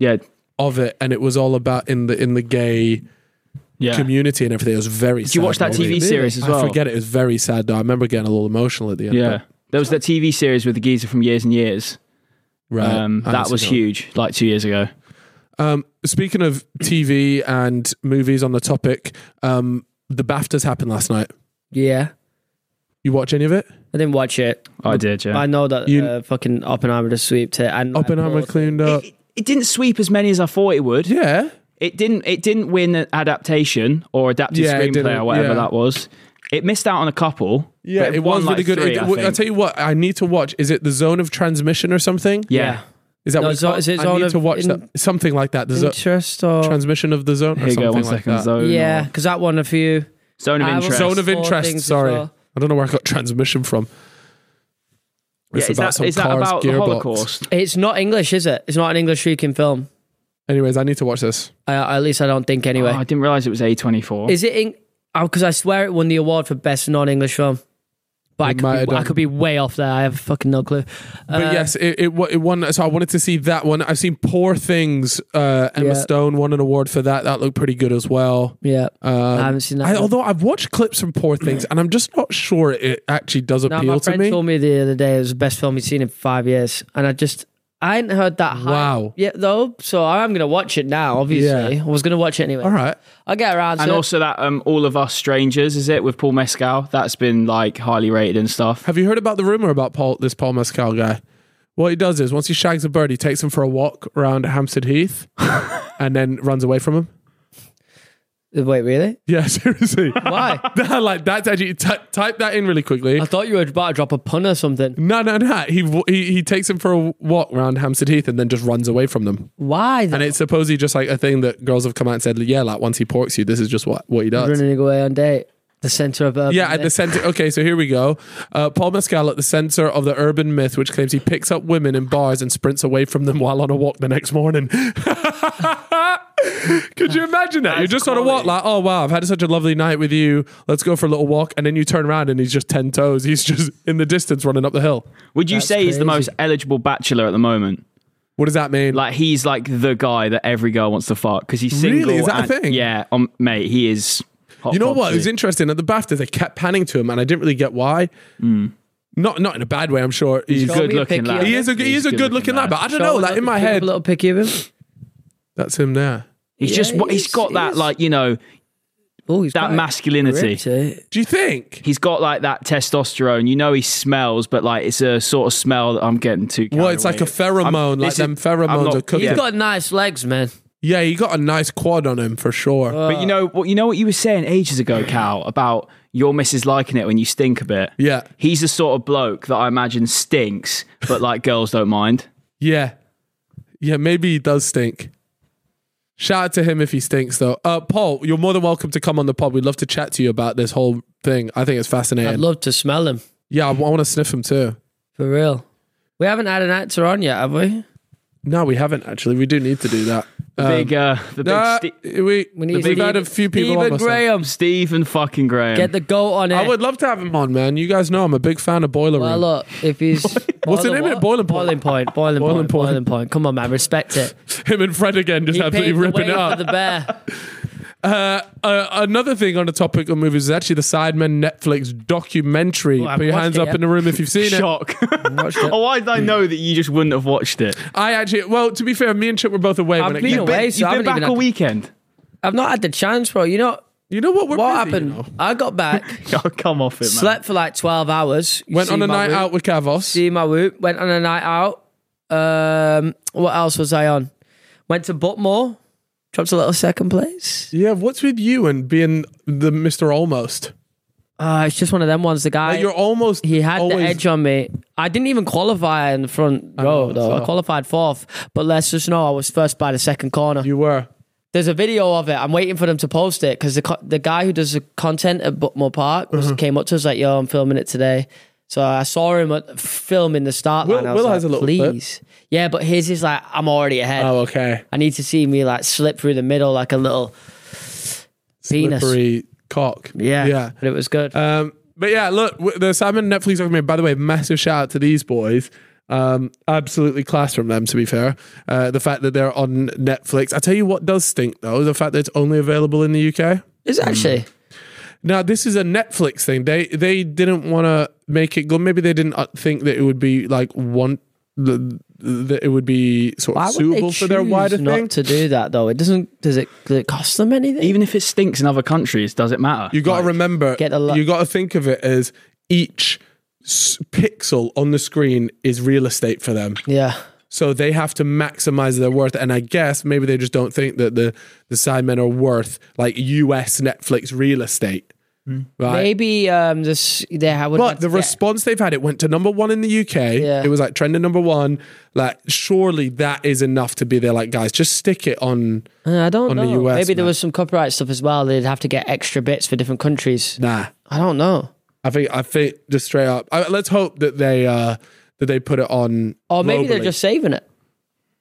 C: Yeah,
B: of it, and it was all about in the in the gay
C: yeah.
B: community and everything. It was very.
C: Did you watch that TV series as well?
B: I forget it. It was very sad. Though I remember getting a little emotional at the end.
C: Yeah,
B: but-
C: there was that TV series with the geezer from Years and Years.
B: right.
C: Um,
B: I
C: that
B: see
C: was
B: that.
C: huge, like two years ago.
B: Um, speaking of TV and movies on the topic, um, the Baftas happened last night.
A: Yeah.
B: You watch any of it?
A: I didn't watch it.
C: I did, yeah.
A: I know that
B: You-
A: uh, fucking Oppenheimer just sweeped it. And
B: Oppenheimer cleaned up.
C: it, it didn't sweep as many as I thought it would.
B: Yeah.
C: It didn't. It didn't win an adaptation or adapted
B: Yeah, it
C: screenplay
B: didn't,
C: or whatever
B: yeah.
C: that was. It missed out on a couple.
B: Yeah,
C: but
B: it was
C: won, like,
B: really good.
C: three,
B: it,
C: I
B: w- I'll
C: think.
B: tell you what, I need to watch. Is it the Zone of Transmission or something?
C: yeah.
B: Is that
A: No,
B: what it's
A: Zo-
B: called?
A: is it
B: I
A: Zone
B: need
A: of
B: to watch
A: in-
B: that. Something like that. The zo-
A: Interest or
B: transmission of the zone or
C: Here you
B: something
C: go. One
B: like
C: second.
B: that.
C: Zone.
A: yeah,
C: or-
A: because that one a few.
C: Zone of
A: I was-
C: interest.
B: Oh, Zone of
A: Four
B: interest.
A: things as
B: Sorry.
A: well.
B: I don't know where I got transmission from.
C: Yeah,
B: It's
C: is
B: about
C: that,
B: some
C: is that
B: car's
C: about the
B: gearbox.
C: Holocaust?
A: It's not English, is it? It's not an English speaking film.
B: Anyways, I need to watch this.
A: I, at least I don't think anyway.
C: Oh, I didn't realize it was A twenty four.
A: Is it in? Because I swear it won the award for best non-English film, but I
B: It might
A: could,
B: have
A: be, I
B: done.
A: could be way off there. I have fucking no clue. Uh,
B: But yes, it, it, wa- it won. So I wanted to see that one. I've seen Poor Things. Uh, Emma
A: Yeah.
B: Stone won an award for that. That looked pretty good as well.
A: Yeah,
B: Um,
A: I haven't seen that.
B: I,
A: one.
B: although I've watched clips from Poor Things, and I'm just not sure it actually does
A: no,
B: appeal
A: my
B: to
A: friend
B: me.
A: told me the other day it was the best film he'd seen in five years, and I just I hadn't heard that. hype
B: Wow.
A: yet though, so I'm gonna watch it now. Obviously,
B: Yeah.
A: I was gonna watch it anyway.
B: All right.
A: I'll get around to
C: and
A: it.
C: also that um, All of Us Strangers is it with Paul Mescal? That's been like highly rated and stuff.
B: Have you heard about the rumor about Paul, this Paul Mescal guy? What he does is once he shags a bird, he takes him for a walk around Hampstead Heath and then runs away from him.
A: Wait, really?
B: Yeah, seriously.
A: Why?
B: That- like that's actually ty- type that in really quickly.
A: I thought you were about to drop a pun or something.
B: No, no, no. He, w- he he takes him for a walk around Hampstead Heath and then just runs away from them.
A: Why?
B: And
A: Though?
B: it's supposedly just like a thing that girls have come out and said, yeah, like once he porks you, this is just what, what he does.
A: running away on date. The center of urban
B: Yeah, at the center. Okay, so here we go. Uh, Paul Mescal at the center of the urban myth, which claims he picks up women in bars and sprints away from them while on a walk the next morning. Could you imagine that? You're just on a walk, like, oh wow, I've had such a lovely night with you. Let's go for a little walk, and then you turn around and he's just ten toes. He's just in the distance running up the hill.
C: Would you
A: That's
C: say he's the
A: crazy.
C: most eligible bachelor at the moment?
B: What does that mean?
C: Like he's like the guy that every girl wants to fuck because he's
B: Really?
C: single.
B: Is that a
C: and-
B: thing?
C: Yeah, um, mate, he is. Hot
B: you know what? It was
C: property.
B: interesting at the BAFTA. They kept panning to him, and I didn't really get why. Not not in a bad way. I'm sure Hmm. he's.
A: got-
C: good looking
A: Picky,
C: lad.
B: He is a he is a good looking lad, but I don't know.
A: Show
B: Like
A: a
B: in my
A: little-
B: head,
A: a little picky of him.
B: that's him there.
C: He's just
A: Yeah,
C: what he's
A: he's-
C: got that
A: he's-
C: like you know
A: Oh, he's
C: that
A: quite
C: masculinity.
A: ripped, eh?
B: Do you think?
C: He's got like that testosterone. You know he smells, but like it's a sort of smell that I'm getting too.
B: Well,
C: carried
B: it's like a
C: away.
B: pheromone,
C: I'm-
B: like
C: this is-
B: them pheromones
C: I'm not-
B: are cooking.
A: He's
B: Yeah.
C: Yeah.
A: got nice legs, man.
B: he got a nice quad on him for sure.
A: Uh.
C: But you know what? You know what you were saying ages ago, Cal, about your missus liking it when you stink a bit.
B: Yeah.
C: he's the sort of bloke that I imagine stinks, but like girls don't mind.
B: yeah. Yeah, maybe he does stink. Shout out to him if he stinks, though. Uh, Paul, you're more than welcome to come on the pod. We'd love to chat to you about this whole thing. I think it's
A: I'd
B: fascinating.
A: love to smell him
B: yeah, I, want to sniff him too.
A: for real. We haven't had an actor on yet, have we?
B: No, we haven't actually. We do need to do that. Um,
C: big, uh, the big
B: nah,
C: Ste-
B: we,
A: We need
B: we've had a
A: Steve-
B: few people on.
A: Stephen
B: myself.
A: Graham,
C: Stephen fucking Graham.
A: get the goat on it.
B: I would love to have him on, man. You guys know I'm a big fan of Boiler
A: Well,
B: Room.
A: look, if he's
B: What's the
A: Boiler
B: name of it?
A: what?
B: Boiling Point.
A: boiling point, boiling,
B: Boiling
A: point,
B: Point.
A: boiling point. Come on, man, respect it.
B: him and Fred again just
A: He
B: absolutely
A: paved the
B: ripping
A: way
B: it up.
A: for the bear.
B: Uh, uh, another thing on the topic of movies is actually the Sidemen Netflix documentary.
A: I've
B: Put your
A: watched
B: hands
A: it,
B: up
A: yeah.
B: in the room if you've seen it.
C: shock. oh, why did I know that you just wouldn't have watched it?
B: I actually, well, to be fair, me and Chip were both away when
A: I've
B: it
A: been
B: came.
A: away. Hey,
C: You've
A: so I
C: been
A: haven't even
C: back
A: had
C: all
A: to-
C: weekend.
A: I've not had the chance, bro. You know
B: You know what? We're
A: what
B: busy,
A: happened?
B: you know.
A: I got back,
C: Oh, come off it, man.
A: slept for like twelve hours. You
B: Went
A: see
B: on a
A: my
B: night
A: room.
B: out with Cavos.
A: See my whoop. Went on a night out. Um, what else was I on? Went to Butmore. Dropped a little second place.
B: Yeah, what's with you and being the Mr. Almost?
A: Uh, it's just one of them ones. The guy
B: Like you're almost
A: he had
B: always,
A: the edge on me. I didn't even qualify in the front row
B: know,
A: though. I
B: so-
A: qualified fourth, but let's just know I was first by the second corner.
B: You were.
A: There's a video of it. I'm waiting for them to post it because the co- the guy who does the content at Buckmore Park
B: Uh-huh.
A: was, came up to us like, "Yo, I'm filming it today." So I saw him at, filming the start
B: Will-
A: line. I was
B: Will
A: like,
B: has a little clip.
A: Please, yeah, but his is like, I'm already ahead.
B: Oh, okay.
A: I need to see me like slip through the middle like a little penis.
B: Slippery cock.
A: Yeah,
B: Yeah.
A: But it was good.
B: Um, but yeah, look, w- the Salmon Netflix documentary. By the way, massive shout out to these boys. Um, absolutely class from them. To be fair, uh, the fact that they're on Netflix. I tell you what does stink though, the fact that it's only available in the UK.
A: it's actually.
B: Now this is a Netflix thing. They they didn't want to make it go. Maybe they didn't uh, think that it would be like one the, that it would be sort of
A: Why would
B: suitable
A: they
B: for their
A: choose
B: wider
A: not
B: thing.
A: to do that though? It doesn't. Does it? Does it cost them anything?
C: Even if it stinks in other countries, does it matter?
B: You got to remember.
A: get a lo-
B: you got to think of it as each s- pixel on the screen is real estate for them.
A: yeah.
B: So they have to maximize their worth. And I guess maybe they just don't think that the, the Sidemen are worth like US Netflix real estate. Right.
A: Maybe um this they ha- would.
B: But the
A: yeah.
B: response they've had, it went to number one in the UK.
A: Yeah.
B: It was like trending number one. Like, surely that is enough to be there. Like, guys, just stick it on.
A: Uh, I don't
B: on the
A: know.
B: US,
A: Maybe there
B: man.
A: was some copyright stuff as well. They'd have to get extra bits for different countries.
B: Nah,
A: I don't know.
B: I think I think just straight up. I, let's hope that they uh that they put it on.
A: Or maybe they're
B: globally.
A: just saving it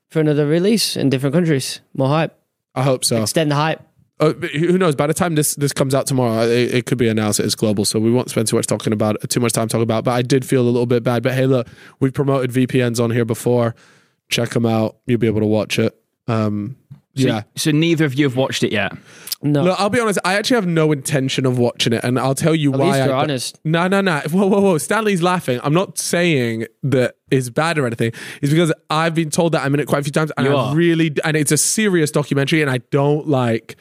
A: for another release in different countries. More hype.
B: I hope so.
A: Extend the hype.
B: Uh, but who knows? By the time this this comes out tomorrow, it, it could be announced that it's global. So we won't spend too much talking about too much time talking about. it. But I did feel a little bit bad. But hey, look, we've promoted VPNs on here before. Check them out. You'll be able to watch it. Um, yeah.
C: So neither of you have watched it yet.
A: No.
B: Look, I'll be honest. I actually have no intention of watching it, and I'll tell you
A: At
B: why.
A: least
B: I
A: you're
B: don't-
A: honest.
B: No, no, no. Whoa, whoa, whoa. Stanley's laughing. I'm not saying that it's bad or anything. It's because I've been told that I'm in it quite a few times, and
C: You
B: I
C: are.
B: really, and it's a serious documentary, and I don't like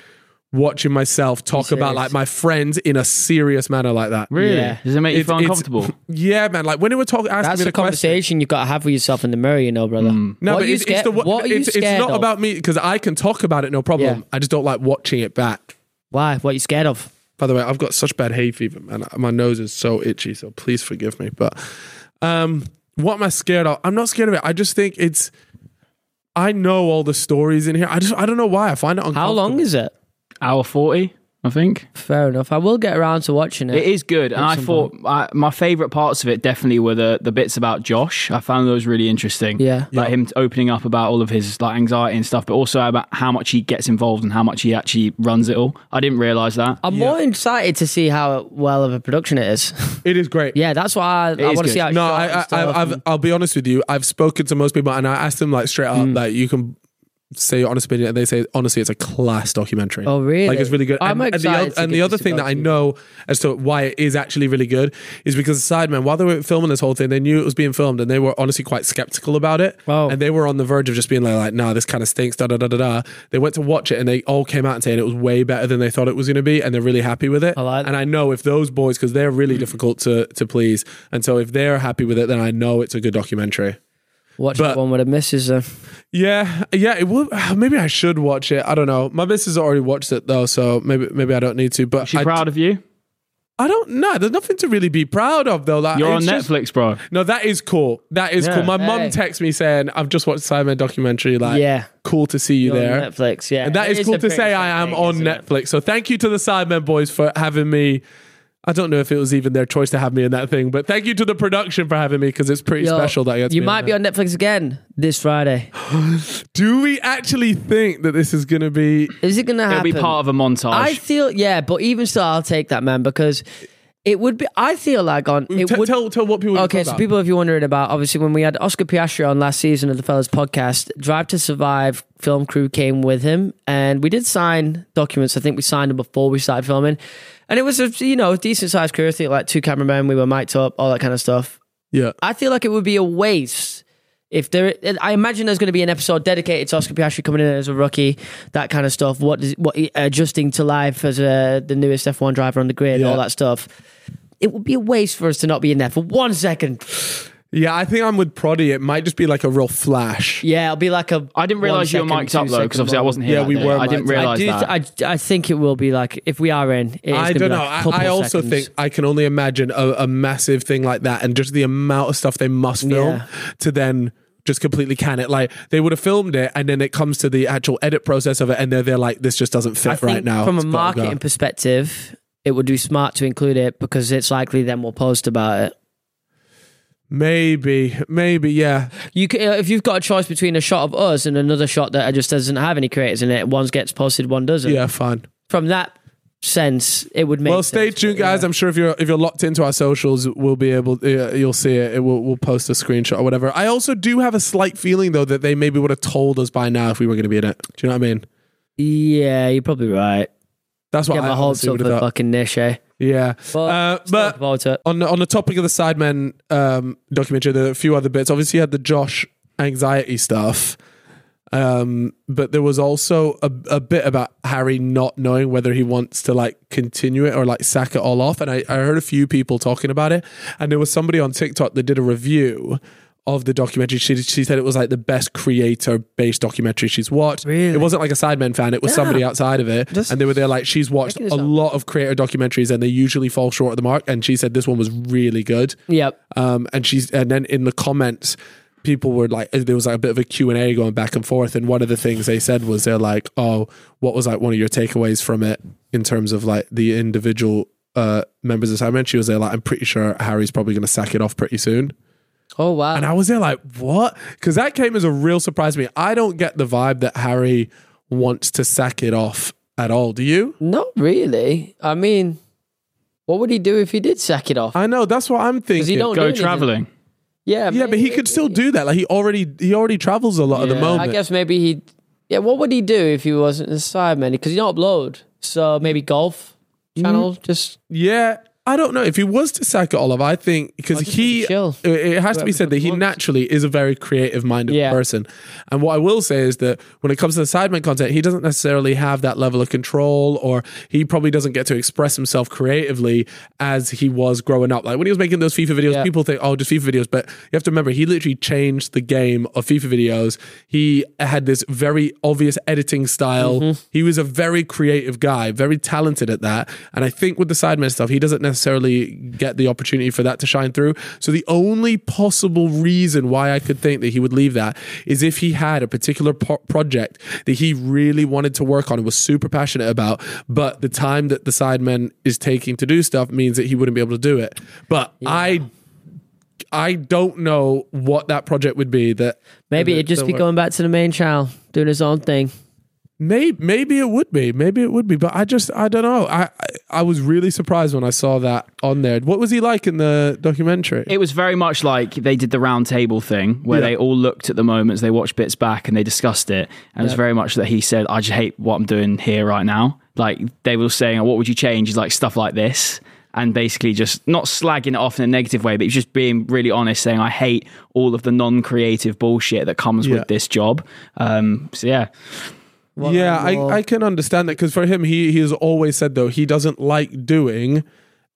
B: watching myself talk about
A: serious.
B: like my friends in a serious manner like that.
C: Really?
A: Yeah.
C: Does it make you
B: It's-
C: feel
B: it's-
C: uncomfortable?
B: Yeah, man. Like when they were talking, asking
A: That's
B: me the
A: the
B: question. Hmm.
A: conversation you've got to have with yourself in the mirror, you know, brother.
B: No,
A: what
B: but
A: are you
B: it's, it's
A: scared?
B: the
A: what are you
B: it's,
A: scared
B: it's not
A: of?
B: about me because I can talk about it, no problem.
A: Yeah.
B: I just don't like watching it back.
A: Why? What are you scared of?
B: By the way, I've got such bad hay fever, man. My nose is so itchy, so please forgive me. But um, what am I scared of? I'm not scared of it. I just think it's. I know all the stories in here. I just I don't know why I find it uncomfortable.
A: How long is it?
C: Hour forty, I think.
A: Fair enough. I will get around to watching it.
C: It is good, and I thought I, my favorite parts of it definitely were the the bits about Josh. I found those really interesting.
A: Yeah.
C: like him opening up about all of his like anxiety and stuff, but also about how much he gets involved and how much he actually runs it all. I didn't realize that.
A: I'm more excited to see how well of a production it is.
B: It is great.
A: yeah, that's why I, I
C: is
A: want to see
C: good.
A: how. it's
B: No,
A: shot and
B: I, I,
A: stuff
B: I I've,
A: and-
B: I'll be honest with you. I've spoken to most people, and I asked them like straight up,
A: Mm.
B: like you can say your honest opinion, and they say honestly, it's a class documentary.
A: Oh, really?
B: Like it's really good.
A: I'm
B: and, and the,
A: excited
B: oth-
A: to
B: and
A: get
B: the other
A: this
B: thing that I
A: documentary.
B: know as to why it is actually really good is because Sidemen, while they were filming this whole thing, they knew it was being filmed, and they were honestly quite skeptical about it.
A: Oh.
B: And they were on the verge of just being like, like, nah, this kind of stinks. Da da da da da. They went to watch it, and they all came out and saying it was way better than they thought it was going to be, and they're really happy with it.
A: I like that. Mm.
B: And I know if those boys, because they're really difficult to to please, and so if they're happy with it, then I know it's a good documentary.
A: Watch
B: But-
A: that one with the missus. Then.
B: Yeah, yeah. It will, maybe I should watch it. I don't know. My missus already watched it though, so maybe maybe I don't need to. But
C: She's
B: I,
C: proud of you.
B: I don't know. There's nothing to really be proud of though. Like
C: You're on
B: it's just-
C: Netflix, bro.
B: No, that is cool. That is
C: Yeah.
B: cool. My mum
A: Hey.
B: texts me saying, "I've just watched Simon documentary. Like,
A: Yeah.
B: cool to see you
A: on
B: there."
A: Netflix. Yeah,
B: And that
A: It
B: is cool
A: a
B: to say
A: British
B: I am
A: thing,
B: on
A: isn't it?
B: Netflix. So thank you to the Sidemen boys for having me. I don't know if it was even their choice to have me in that thing, but thank you to the production for having me because it's pretty
A: Yo,
B: special that I get to
A: you
B: be
A: might
B: in
A: be
B: there.
A: on Netflix again this Friday.
B: Do we actually think that this is going to be?
A: Is it going to
C: It'll
A: happen?
C: be part of a montage.
A: I feel yeah, but even still, I'll take that man because it would be. I feel like on it
B: T-
A: would.
B: tell tell what people.
A: Okay, so people, if you're wondering about, obviously, when we had Oscar Piastri on last season of the Fellas podcast, Drive to Survive film crew came with him, and we did sign documents. I think we signed them before we started filming, and it was a you know decent sized crew. I think like two cameramen, we were mic'd up, all that kind of stuff.
B: yeah,
A: I feel like it would be a waste if there. I imagine there's going to be an episode dedicated to Oscar Piastri coming in as a rookie, that kind of stuff. What does what adjusting to life as a, the newest F1 driver on the grid,
B: Yeah.
A: all that stuff. It would be a waste for us to not be in there for one second.
B: Yeah, I think I'm with Proddy. It might just be like a real flash.
A: Yeah, it'll be like a.
C: I didn't realize you were
A: one-second,
C: mic'd up though, because
A: two-second
C: obviously I
A: moment.
C: wasn't here.
B: Yeah,
C: that
B: we
C: day.
B: were
C: I didn't
B: mic'd up.
A: I
C: realize
A: do.
C: that.
A: I, I think it will be like if we are in. It's
B: I don't know. I, I also think I can only imagine a, a massive thing like that, and just the amount of stuff they must film
A: Yeah.
B: to then just completely can it. Like they would have filmed it, and then it comes to the actual edit process of it, and they're they're like, this just doesn't fit
A: I think
B: right now.
A: from a
B: It's gotta go.
A: marketing perspective, it would be smart to include it because it's likely then we'll post about it.
B: maybe, maybe, yeah.
A: You can, if you've got a choice between a shot of us and another shot that just doesn't have any creators in it, one gets posted, one doesn't.
B: Yeah, fine.
A: From that sense, it would make.
B: Well, stay
A: sense,
B: tuned,
A: but
B: guys. I'm sure if you're if you're locked into our socials, we'll be able. Uh, you'll see it. it will, we'll post a screenshot or whatever. I also do have a slight feeling though that they maybe would have told us by now if we were going to be in it. Do you know what I mean?
A: Yeah, you're probably right.
B: That's what
A: Get
B: I
A: my hopes
B: honestly
A: up
B: would
A: for
B: have thought.
A: fucking niche, eh?
B: Yeah,
A: Well,
B: uh,
A: let's
B: but
A: talk about it.
B: on the, on the topic of the Sidemen um, documentary, there are a few other bits. Obviously, you had the Josh anxiety stuff, um, but there was also a, a bit about Harry not knowing whether he wants to like continue it or like sack it all off. And I, I heard a few people talking about it, and there was somebody on TikTok that did a review. Of the documentary, she she said it was like the best creator based documentary she's watched.
A: Really?
B: It wasn't like a Sidemen fan; it was somebody outside of it,
A: Just-
B: and they were there like she's watched
A: Check this
B: a
A: out.
B: lot of creator documentaries, and they usually fall short of the mark. And she said this one was really good.
A: Yep.
B: Um, and she's and then in the comments, people were like, there was like a bit of a Q and A going back and forth. And one of the things they said was they're like, oh, what was like one of your takeaways from it in terms of like the individual uh members of Simon? She was there like, I'm pretty sure Harry's probably going to sack it off pretty soon.
A: Oh wow.
B: And I was there like, what? Because that came as a real surprise to me. I don't get the vibe that Harry wants to sack it off at all. Do you?
A: Not really. I mean, what would he do if he did sack it off?
B: I know that's what I'm thinking.
A: he don't
C: Go
A: anything.
C: traveling.
A: yeah,
B: yeah, but he could still do that. Like he already he already travels a lot at the
A: I
B: moment.
A: guess maybe he. Yeah, what would he do if he wasn't a sideman? Because he don't upload, so maybe golf
B: Mm.
A: channel. Just
B: Yeah, I don't know if he was to sack Olive. I think because
A: Oh, just think
B: he,
A: he's chill.
B: it- it has to be said that he naturally is a very creative-minded
A: Yeah.
B: person. And what I will say is that when it comes to the sideman content, he doesn't necessarily have that level of control, or he probably doesn't get to express himself creatively as he was growing up. Like when he was making those FIFA videos,
A: Yeah.
B: people think, "Oh, just FIFA videos," but you have to remember he literally changed the game of FIFA videos. He had this very obvious editing style.
A: Mm-hmm.
B: He was a very creative guy, very talented at that. And I think with the Sidemen stuff, he doesn't necessarily get the opportunity for that to shine through. So the only possible reason why I could think that he would leave that is if he had a particular po- project that he really wanted to work on and was super passionate about, but the time that the Sidemen is taking to do stuff means that he wouldn't be able to do it. But I. I don't know what that project would be. That
A: maybe
B: that-
A: it'd just
B: that
A: be
B: work-
A: going back to the main channel, doing his own thing.
B: Maybe maybe it would be. Maybe it would be. But I just I don't know. I I, I was really surprised when I saw that on there. What was he like in the documentary?
C: It was very much like they did the round table thing where
B: Yeah.
C: they all looked at the moments, they watched bits back and they discussed it. And it was very much that he said, I just hate what I'm doing here right now. Like they were saying, oh, what would you change? Is like stuff like this. And basically just not slagging it off in a negative way, but he was just being really honest, saying, I hate all of the non creative bullshit that comes
B: Yeah.
C: with this job. Um, so yeah.
B: yeah, I, I can understand that because for him, he he has always said though he doesn't like doing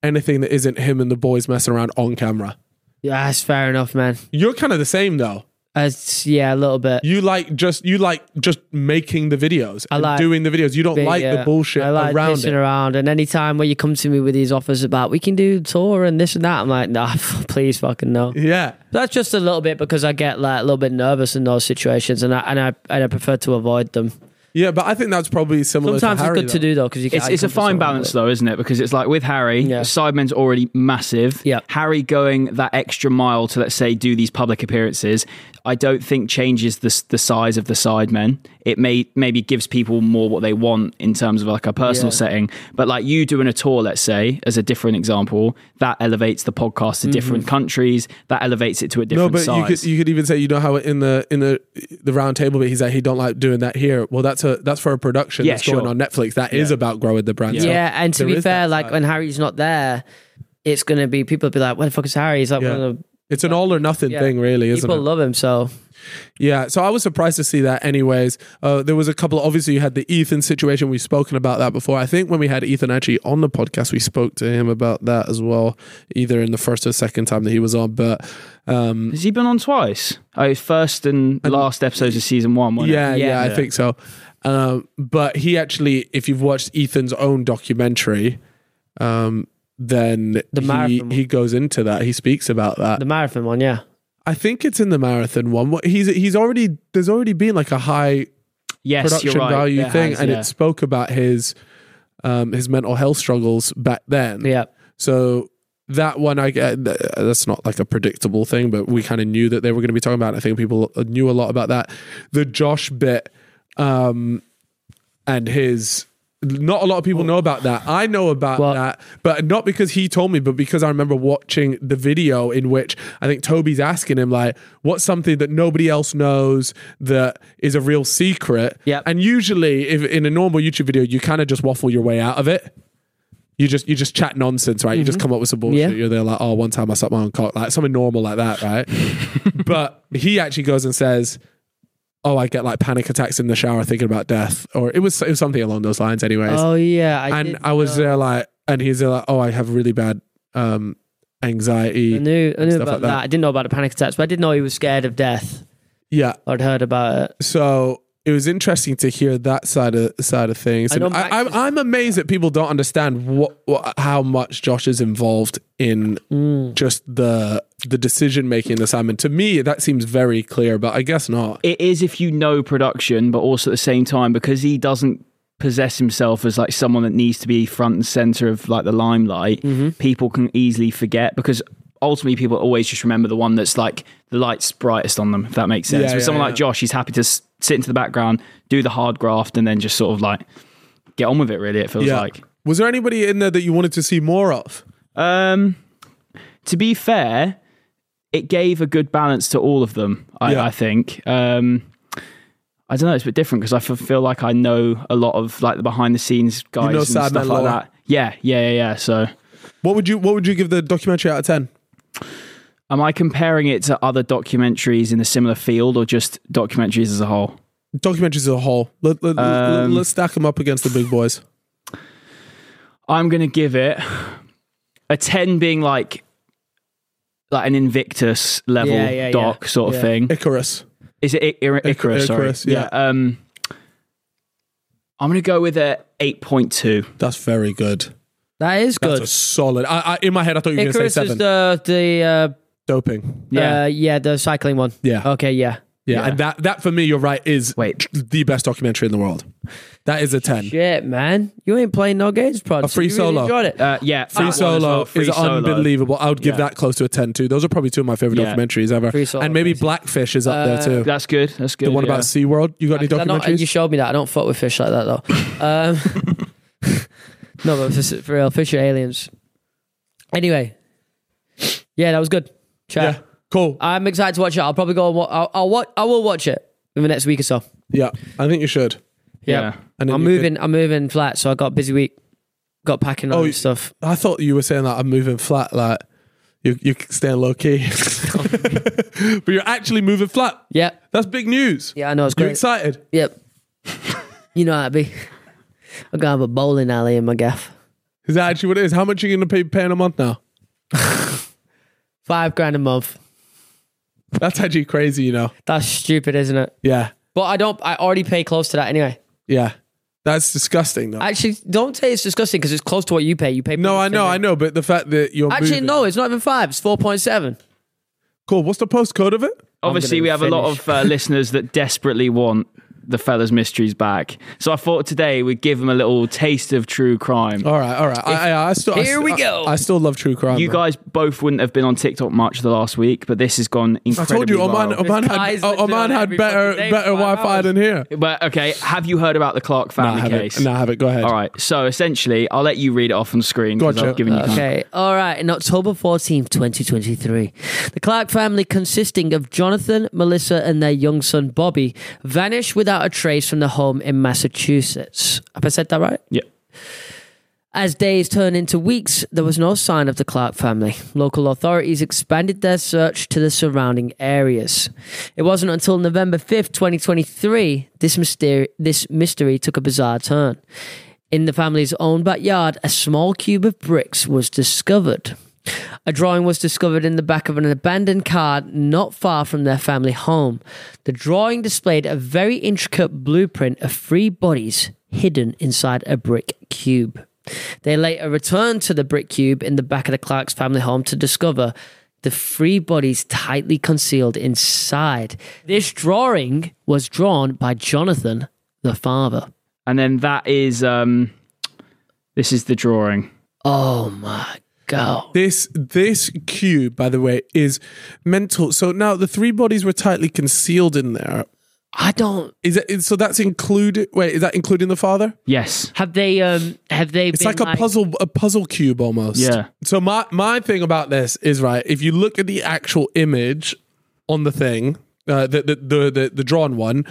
B: anything that isn't him and the boys messing around on camera.
A: Yeah, that's fair enough, man.
B: You're kind of the same though.
A: That's yeah, a little bit.
B: You like just you like just making the videos and
A: like
B: doing the videos. You don't
A: bit,
B: like
A: yeah.
B: the bullshit
A: I like
B: around
A: pissing
B: it.
A: around. And any time where you come to me with these offers about we can do tour and this and that, I'm like, nah, please fucking no.
B: Yeah.
A: That's just a little bit because I get like a little bit nervous in those situations, and I and I and I prefer to avoid them.
B: Yeah, but I think that's probably similar
A: Sometimes
B: to
A: it's
B: Harry.
A: good to
B: though.
A: do though because you can.
C: It's, it's a fine balance though, isn't it? Because it's like with Harry,
A: Yeah.
C: Sidemen's already massive.
A: Yeah.
C: Harry going that extra mile to let's say do these public appearances, I don't think changes the s- the size of the Sidemen. It may maybe gives people more what they want in terms of like a personal
A: Yeah.
C: setting. But like you doing a tour, let's say, as a different example, that elevates the podcast to
A: Mm-hmm.
C: different countries. That elevates it to a
B: No,
C: different
B: but you
C: size.
B: could you could even say you know how in the in the the round table, but he's like he don't like doing that here. Well, that's a that's for a production
C: Yeah,
B: that's going
C: sure.
B: on Netflix. That is about growing the brand. So
A: Yeah, and to
B: there
A: be
B: is
A: fair,
B: that
A: like
B: side.
A: when Harry's not there, it's gonna be people be like, "Where the fuck is Harry?" He's like
B: Yeah.
A: one of the
B: it's an all or nothing
A: yeah,
B: thing, really, isn't
A: people
B: it?
A: love him, so
B: Yeah, so I was surprised to see that. Anyways, uh, there was a couple. obviously, you had the Ethan situation. We've spoken about that before. I think when we had Ethan actually on the podcast, we spoke to him about that as well, either in the first or second time that he was on. But um,
C: Has he been on twice? Oh, first and, last episodes of season one. Wasn't
B: yeah,
C: it?
B: yeah,
A: Yeah.
B: I think so. Um, but he actually, if you've watched Ethan's own documentary, um, then
A: The
B: he,
A: marathon one.
B: he goes into that. He speaks about that.
A: The marathon one, yeah.
B: I think it's in the marathon one. What- He's he's already there's already been like a high
C: yes,
B: production
C: you're right.
B: value
C: There
B: thing,
C: has,
B: and
C: yeah.
B: it spoke about his um, his mental health struggles back then.
A: Yeah.
B: So that one, I get th- that's not like a predictable thing, but we kind of knew that they were going to be talking about. It. I think people uh, knew a lot about that. The Josh bit, um, and his. Not a lot of people know about that. I know about
A: Well-
B: that, but not because he told me, but because I remember watching the video in which I think Toby's asking him like, "What's something that nobody else knows that is a real secret?"
A: Yep.
B: And usually, if in a normal YouTube video, you kind of just waffle your way out of it you just you just chat nonsense, right? You just come up with some bullshit.
A: Mm-hmm. Yeah.
B: You're there like, oh, one time I sucked my own cock, like something normal like that, right? but he actually goes and says, oh, I get like panic attacks in the shower thinking about death, or it was it was something along those lines, anyways.
A: Oh yeah. I
B: and
A: did
B: I was there like, and he's there like, oh, I have really bad um, anxiety.
A: I knew I knew
B: stuff
A: about
B: like that.
A: that. I didn't know about the panic attacks, but I did know he was scared of death.
B: yeah,
A: I'd heard about it.
B: so. It was interesting to hear that side of side of things,
A: I
B: and
A: know
B: I,
A: Max
B: I'm,
A: is-
B: I'm amazed that people don't understand what, what how much Josh is involved in
A: Mm.
B: just the the decision making in this Simon. To me, that seems very clear, but I guess not.
C: it is if you know production, but also at the same time because he doesn't possess himself as like someone that needs to be front and center of like the limelight.
B: Mm-hmm.
C: People can easily forget because ultimately people always just remember the one that's like the light's brightest on them. If that makes sense.
B: Yeah,
C: With
B: yeah,
C: someone
B: yeah.
C: like Josh, he's happy to s- sit into the background, do the hard graft, and then just sort of like get on with it. Really, it feels like.
B: Was there anybody in there that you wanted to see more of?
C: Um, to be fair, it gave a good balance to all of them. I,
B: Yeah.
C: I think. Um, I don't know. It's a bit different because I f- feel like I know a lot of like the behind the scenes guys
B: know
C: and
B: Sidemen
C: stuff like
B: lore.
C: that. Yeah, yeah, yeah, yeah. So,
B: What would you What would you give the documentary out of ten?
C: am I comparing it to other documentaries in a similar field or just documentaries as a whole?
B: Documentaries as a whole. Let, let,
C: Um,
B: us stack them up against the big boys.
C: I'm gonna give it a ten, being like like an Invictus level
A: Yeah, yeah, yeah.
C: doc sort of
A: Yeah.
C: thing.
B: Icarus.
C: Is it I- Ira- Icarus? sorry.
B: Icarus, yeah.
C: Um, I'm gonna go with a 8.2.
B: That's very good.
A: That is
B: That's
A: good.
B: a solid. I, I in my head I thought you were going to say
A: Icarus is
B: seven.
A: the the uh,
B: Doping.
A: yeah.
C: Yeah.
A: Uh, yeah the cycling one.
B: Yeah.
A: Okay. Yeah.
B: yeah, and that that for me, you're right, is
C: Wait.
B: the best documentary in the world. That is a ten.
A: Shit, man, you ain't playing no games, prod.
B: A free
A: you really
B: solo.
A: enjoyed it.
C: Uh, yeah. that one
B: Free
C: as
B: Solo
C: well, Free
B: is
C: Solo.
B: unbelievable. I would give
C: Yeah.
B: that close to a 10 too. Those are probably two of my favorite
C: Yeah.
B: documentaries ever.
A: Free Solo,
B: and maybe
A: amazing.
B: Blackfish is up there too.
C: That's good. That's good.
B: the one
C: yeah.
B: about SeaWorld. You got any
A: I don't-
B: documentaries?
A: you showed me that. I don't fuck with fish like that though. Um, no, but for, for real, fish are aliens. Anyway, yeah, that was good. Chat.
B: yeah. Cool.
A: I'm excited to watch it. I'll probably go. And wa- I'll, I'll watch. I will watch it in the next week or so.
B: Yeah. I think you should.
A: Yeah,
C: Yeah.
B: And then
A: I'm
B: you
A: moving. I'm moving flat, so I got a busy week. Got packing
B: Oh,
A: all
B: you-
A: this stuff.
B: could- I thought you were saying that I'm moving flat, like you, you're staying low key. but you're actually moving flat.
A: Yep.
B: That's big news.
A: Yeah, I know it's
B: You're
A: great.
B: excited.
A: Yep. you know how it be. I'm gonna have a bowling alley in my gaff.
B: Is that actually what it is? How much are you going to pay paying a month now?
A: Five grand a month.
B: That's actually crazy, you know?
A: That's stupid, isn't it?
B: Yeah.
A: But I don't. I already pay close to that anyway.
B: Yeah. That's disgusting, though.
A: Actually, don't say it's disgusting because it's close to what you pay. You pay.
B: no, I know, I know, but the fact that you're
A: Actually,
B: moving-
A: no, it's not even five. It's four point seven.
B: Cool. What's the postcode of it?
C: Obviously, we have a lot
A: finish.
C: of uh, listeners that desperately want the fella's mysteries back. So I thought today we'd give them a little taste of true crime.
B: All right, all right. I, I, I still, I
A: Here
B: st-
A: we
B: I-
A: go.
B: I, still love true crime.
C: You
B: though.
C: guys both wouldn't have been on TikTok much the last week, but this has gone
B: I
C: incredibly
B: told you, Oman,
C: viral.
B: Oman
A: guys
B: had,
A: that do
B: Oman
A: it
B: had
A: every
B: better,
A: fucking day
B: better
A: for five
B: Wi-Fi
A: hours.
B: than here.
C: But okay, have you heard about the Clark
B: No, I
C: family
B: haven't.
C: case?
B: No, I haven't. Go ahead.
C: All right. So essentially, I'll let you read it off on screen because
B: Gotcha.
C: I've given you time.
A: Uh, Okay. All right. In October 14th, 2023, the Clark family, consisting of Jonathan, Melissa, and their young son Bobby, vanished without a trace from the home in Massachusetts. Have I said that right?
C: Yeah.
A: As days turned into weeks, there was no sign of the Clark family. Local authorities expanded their search to the surrounding areas. It wasn't until November 5th, 2023, this mystery, this mystery took a bizarre turn. In the family's own backyard, a small cube of bricks was discovered. A drawing was discovered in the back of an abandoned car not far from their family home. The drawing displayed a very intricate blueprint of three bodies hidden inside a brick cube. They later returned to the brick cube in the back of the Clark's family home to discover the three bodies tightly concealed inside. This drawing was drawn by Jonathan, the father.
C: And then that is um this is the drawing.
A: Oh my god.
B: This this cube, by the way, is mental. So now the three bodies were tightly concealed in there.
A: I don't
B: Is that is- so? That's included. Wait, is that including the father?
C: Yes.
A: have they um have they
B: It's like a puzzle, a puzzle cube almost.
C: Yeah.
B: So my my thing about this is right. If you look at the actual image on the thing, uh, the, the the the the drawn one,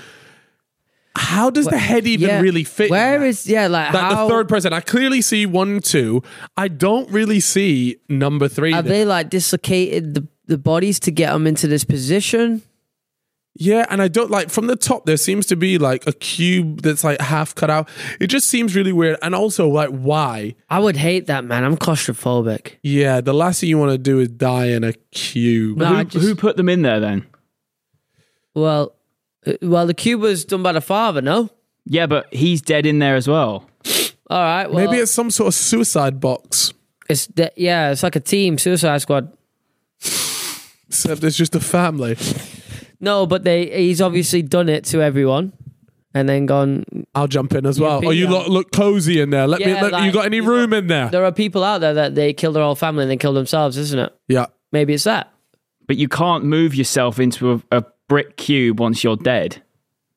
B: how does the head even really fit? in
A: Where
B: that?
A: is yeah, like,
B: like
A: how
B: the third person? I clearly see one, two. I don't really see number three.
A: have
B: there.
A: they like dislocated the, the bodies to get them into this position?
B: Yeah, and I don't like from the top. There seems to be like a cube that's like half cut out. It just seems really weird. And also, like, why?
A: I would hate that, man. I'm claustrophobic.
B: Yeah, the last thing you want to do is die in a cube.
A: No,
C: Who,
A: I just-
C: who put them in there then?
A: Well, uh, well, the cube was done by the father, no?
C: Yeah, but he's dead in there as well.
A: All right. Well,
B: Maybe it's some sort of suicide box,
A: it's the- yeah, it's like a team Suicide Squad.
B: except it's just a family.
A: No, but they he's obviously done it to everyone, and then gone.
B: I'll jump in as well.
A: be,
B: Oh, you
A: um,
B: lot look cozy in there. Let me.
A: Yeah,
B: Let, you
A: like-
B: got any room in there?
A: There are people out there that they kill their whole family and then kill themselves, isn't it?
B: Yeah.
A: Maybe it's that.
C: But you can't move yourself into a, a brick cube once you're dead.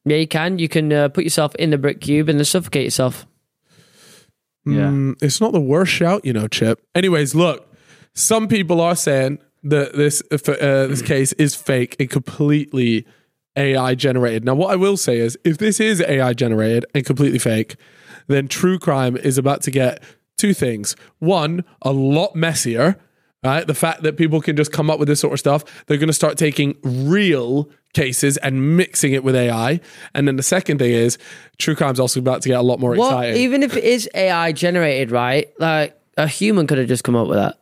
A: Yeah, you can. You can uh, put yourself in the brick cube and then suffocate yourself.
C: Yeah.
A: Hmm.
B: Mm, it's not the worst shout, you know, Chip. Anyways, look, some people are saying that this uh, this case is fake and completely AI generated. Now, what I will say is, if this is AI generated and completely fake, then true crime is about to get two things: one, a lot messier. Right, the fact that people can just come up with this sort of stuff, they're going to start taking real cases and mixing it with AI. And then the second thing is, true crime's also about to get a lot more
A: Well,
B: exciting.
A: even if it is AI generated, right? Like a human could have just come up with that.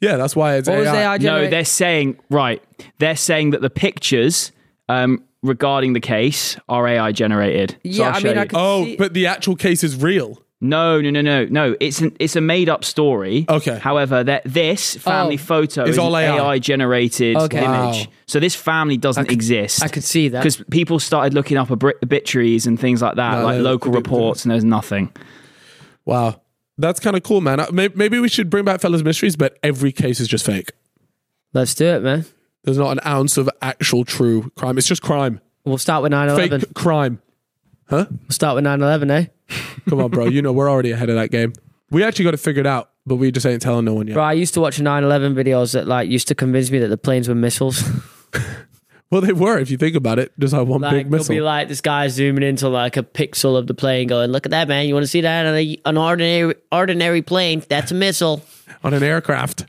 B: Yeah, that's why it's
A: What was AI
C: No,
A: generated?
C: they're saying right. They're saying that the pictures um, regarding the case are AI generated. So
A: Yeah,
C: I'll
A: I
C: show
A: mean, I
C: you.
A: could-
B: Oh,
A: See-
B: but the actual case is real.
C: No, no, no, no, no. It's an it's a made up story.
B: Okay.
C: However, that this family
A: Oh.
C: photo
B: It's
C: is
B: all
C: all
B: AI.
C: AI, generated
A: Okay. Wow.
C: image. So this family doesn't exist.
A: I could see that.
C: because people started looking up obri- obituaries and things like that,
B: No,
C: like
B: no,
C: local
B: obituaries.
C: reports, and there's nothing.
B: Wow. That's kind of cool, man. Maybe, maybe we should bring back Fellas Mysteries, but every case is just fake.
A: Let's do it, man.
B: There's not an ounce of actual true crime. It's just crime.
A: We'll start with 9
B: Fake
A: 11.
B: crime.
A: We'll start with 9 11, eh?
B: Come on, bro. you know, we're already ahead of that game. We actually got it figured out, but we just ain't telling no one yet.
A: Bro, I used to watch 9/11 videos that like used to convince me that the planes were missiles.
B: Well, they were, if you think about it, just like one
A: like
B: big
A: they'll
B: missile.
A: be like this guy zooming into like a pixel of the plane, going, "Look at that, man! You want to see that on a, an ordinary ordinary plane? That's a missile."
B: on an aircraft.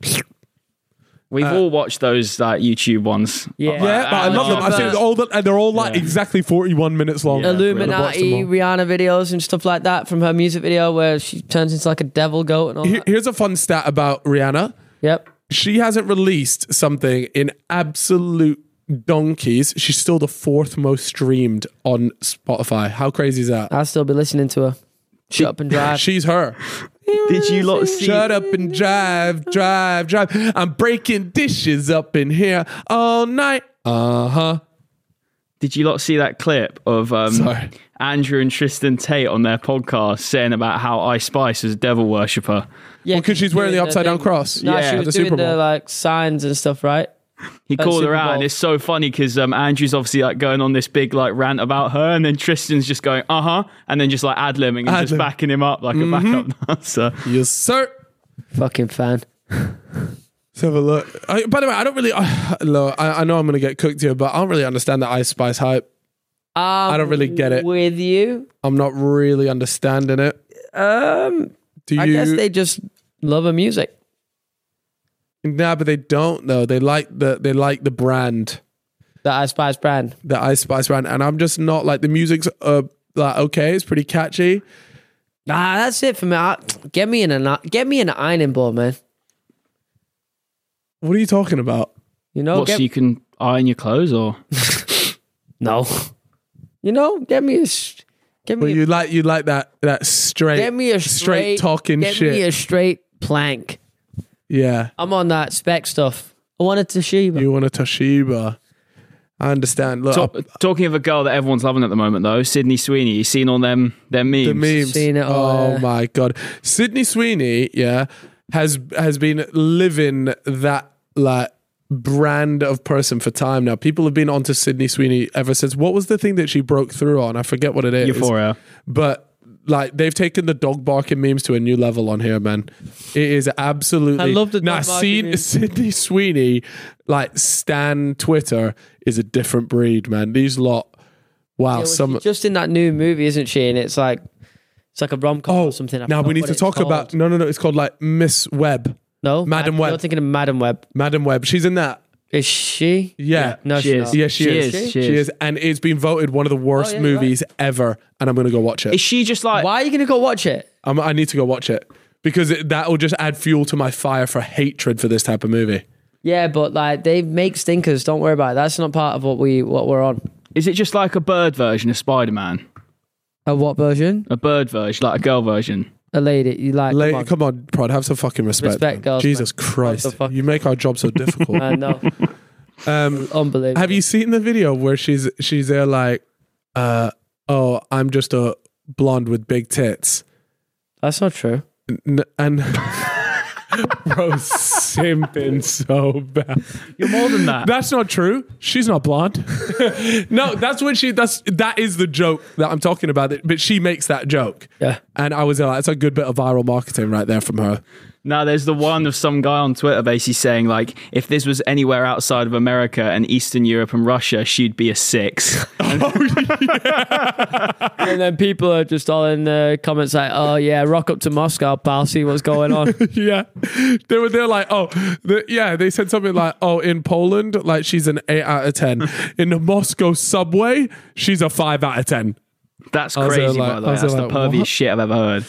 C: We've all watched those like YouTube ones.
A: Yeah.
C: Like,
B: Uh, Yeah, but I
A: Uh,
B: love them. I've seen
A: but-
B: all the, and they're all like exactly 41 minutes long.
C: Yeah.
B: I've
A: Illuminati
B: watched them
A: Rihanna videos and stuff like that from her music video where she turns into like a devil goat and all
B: Here-
A: that.
B: Here's a fun stat about Rihanna.
A: Yep.
B: she hasn't released something in absolute donkeys. She's still the fourth most streamed on Spotify. How crazy is that?
A: I'll still be listening to her. Shut up and drive.
B: She's her.
C: Did you lot see?
B: Shut up and drive, drive, drive. I'm breaking dishes up in here all night. Uh huh.
C: Did you lot see that clip of um,
B: Sorry.
C: Andrew and Tristan Tate on their podcast saying about how I Spice is a devil worshipper?
A: Yeah,
B: Well, 'cause she's wearing the
A: doing
B: upside down
A: thing.
B: cross.
A: No,
C: Yeah,
A: she
C: at
A: was
B: the
A: doing
B: Super
A: the
B: Bowl.
A: like signs and stuff, right?
C: He called her
A: Super
C: out,
A: Bowl.
C: and it's so funny because um, Andrew's obviously like going on this big like rant about her, and then Tristan's just going uh huh, and then just like ad libbing and
B: Ad-lib.
C: just backing him up like a backup dancer.
B: Yes, sir.
A: Fucking fan.
B: Let's have a look. I, by the way, I don't really. look, I, I know I'm going to get cooked here, but I don't really understand the Ice Spice hype. I don't really get it.
A: Um, With you.
B: I'm not really understanding it.
A: Um,
B: Do you?
A: I guess they just love her music.
B: nah, but they don't though. They like the they like the brand,
A: The I Spice brand.
B: the Ice Spice brand, and I'm just not like the music's uh like okay, it's pretty catchy.
A: Nah, that's it for me. I, get me in an get me an ironing board, man.
B: What are you talking about?
A: You know,
C: What,
A: get,
C: so you can iron your clothes or
A: no. You know, get me a sh- get
B: Well,
A: me
B: you like you like that that straight
A: get me a
B: straight,
A: straight,
B: talking
A: get
B: shit.
A: me a straight plank.
B: yeah,
A: I'm on that spec stuff. I wanted to Toshiba.
B: you want a Toshiba? I understand. Look,
C: Talk, talking of a girl that everyone's loving at the moment though, Sydney Sweeney. You seen on them their memes?
B: the memes.
A: Seen it all,
B: oh
A: yeah.
B: my god, Sydney Sweeney, yeah, has has been living that like brand of person for time now. People have been onto Sydney Sweeney ever since. What was the thing that she broke through on? I forget what it is.
C: Euphoria.
B: but. Like they've taken the dog barking memes to a new level on here, man. It is absolutely.
A: I love the
B: Now,
A: dog barking
B: seen-
A: memes.
B: Sydney Sweeney, like Stan Twitter, is a different breed, man. These lot, wow.
A: Yeah, well,
B: some
A: she's just in that new movie, isn't she? And it's like it's like a rom com or something. I
B: Oh, Now we
A: forgot
B: need
A: what
B: to
A: it's
B: talk
A: called.
B: about. No, no, no. It's called like Miss Webb,
A: no
B: Madam
A: Mad-
B: Web.
A: You're thinking of Madam Web.
B: Madam Webb. She's in that.
A: Is she?
B: Yeah.
A: No,
C: She
A: she's
C: is.
A: not.
B: Yeah, she,
C: She
B: is.
C: is,
B: She,
C: she
B: is.
C: is.
B: And it's been voted one of the worst
A: Oh, yeah, you're
B: movies ever. And I'm going to go watch
C: Is
B: it.
C: she just like
A: Why are you gonna go watch it?
B: I'm, I need to go watch it because it, that will just add fuel to my fire for hatred for this type of movie.
A: Yeah, but like they make stinkers. Don't worry about it. That's not part of what we what we're on.
C: is it just like a bird version of Spider Man?
A: A what version?
C: A bird version, like a girl version.
A: A lady. You like?
B: Like,
A: come on.
B: come on, Prod, have some fucking respect.
A: Respect,
B: man.
A: girls,
B: Jesus
A: What
B: Christ.
A: the fuck?
B: You make our job so difficult.
A: I know.
B: um,
A: Uh, Unbelievable.
B: Have you seen the video where she's she's there like, uh, oh, I'm just a blonde with big tits?
A: That's not true.
B: N- and bro simping so bad
C: You're more than that.
B: that's not true she's not blonde no that's when she that's that is the joke that i'm talking about but she makes that joke
A: Yeah.
B: and i was like that's a good bit of viral marketing right there from her
C: Now there's the one of some guy on Twitter basically saying like if this was anywhere outside of America and Eastern Europe and Russia, she'd be a six.
A: And then people are just all in the comments like, "Oh yeah, rock up to Moscow, pal. See what's going on."
B: yeah they were they're like oh the, yeah they said something like oh in poland like she's an 8 out of 10 in the moscow subway she's a 5 out of 10
C: That's
B: was uh,
C: crazy,
B: like-
C: by the
B: I
C: way.
B: was
C: That's the
B: like,
C: perviest
B: what?
C: shit I've ever heard.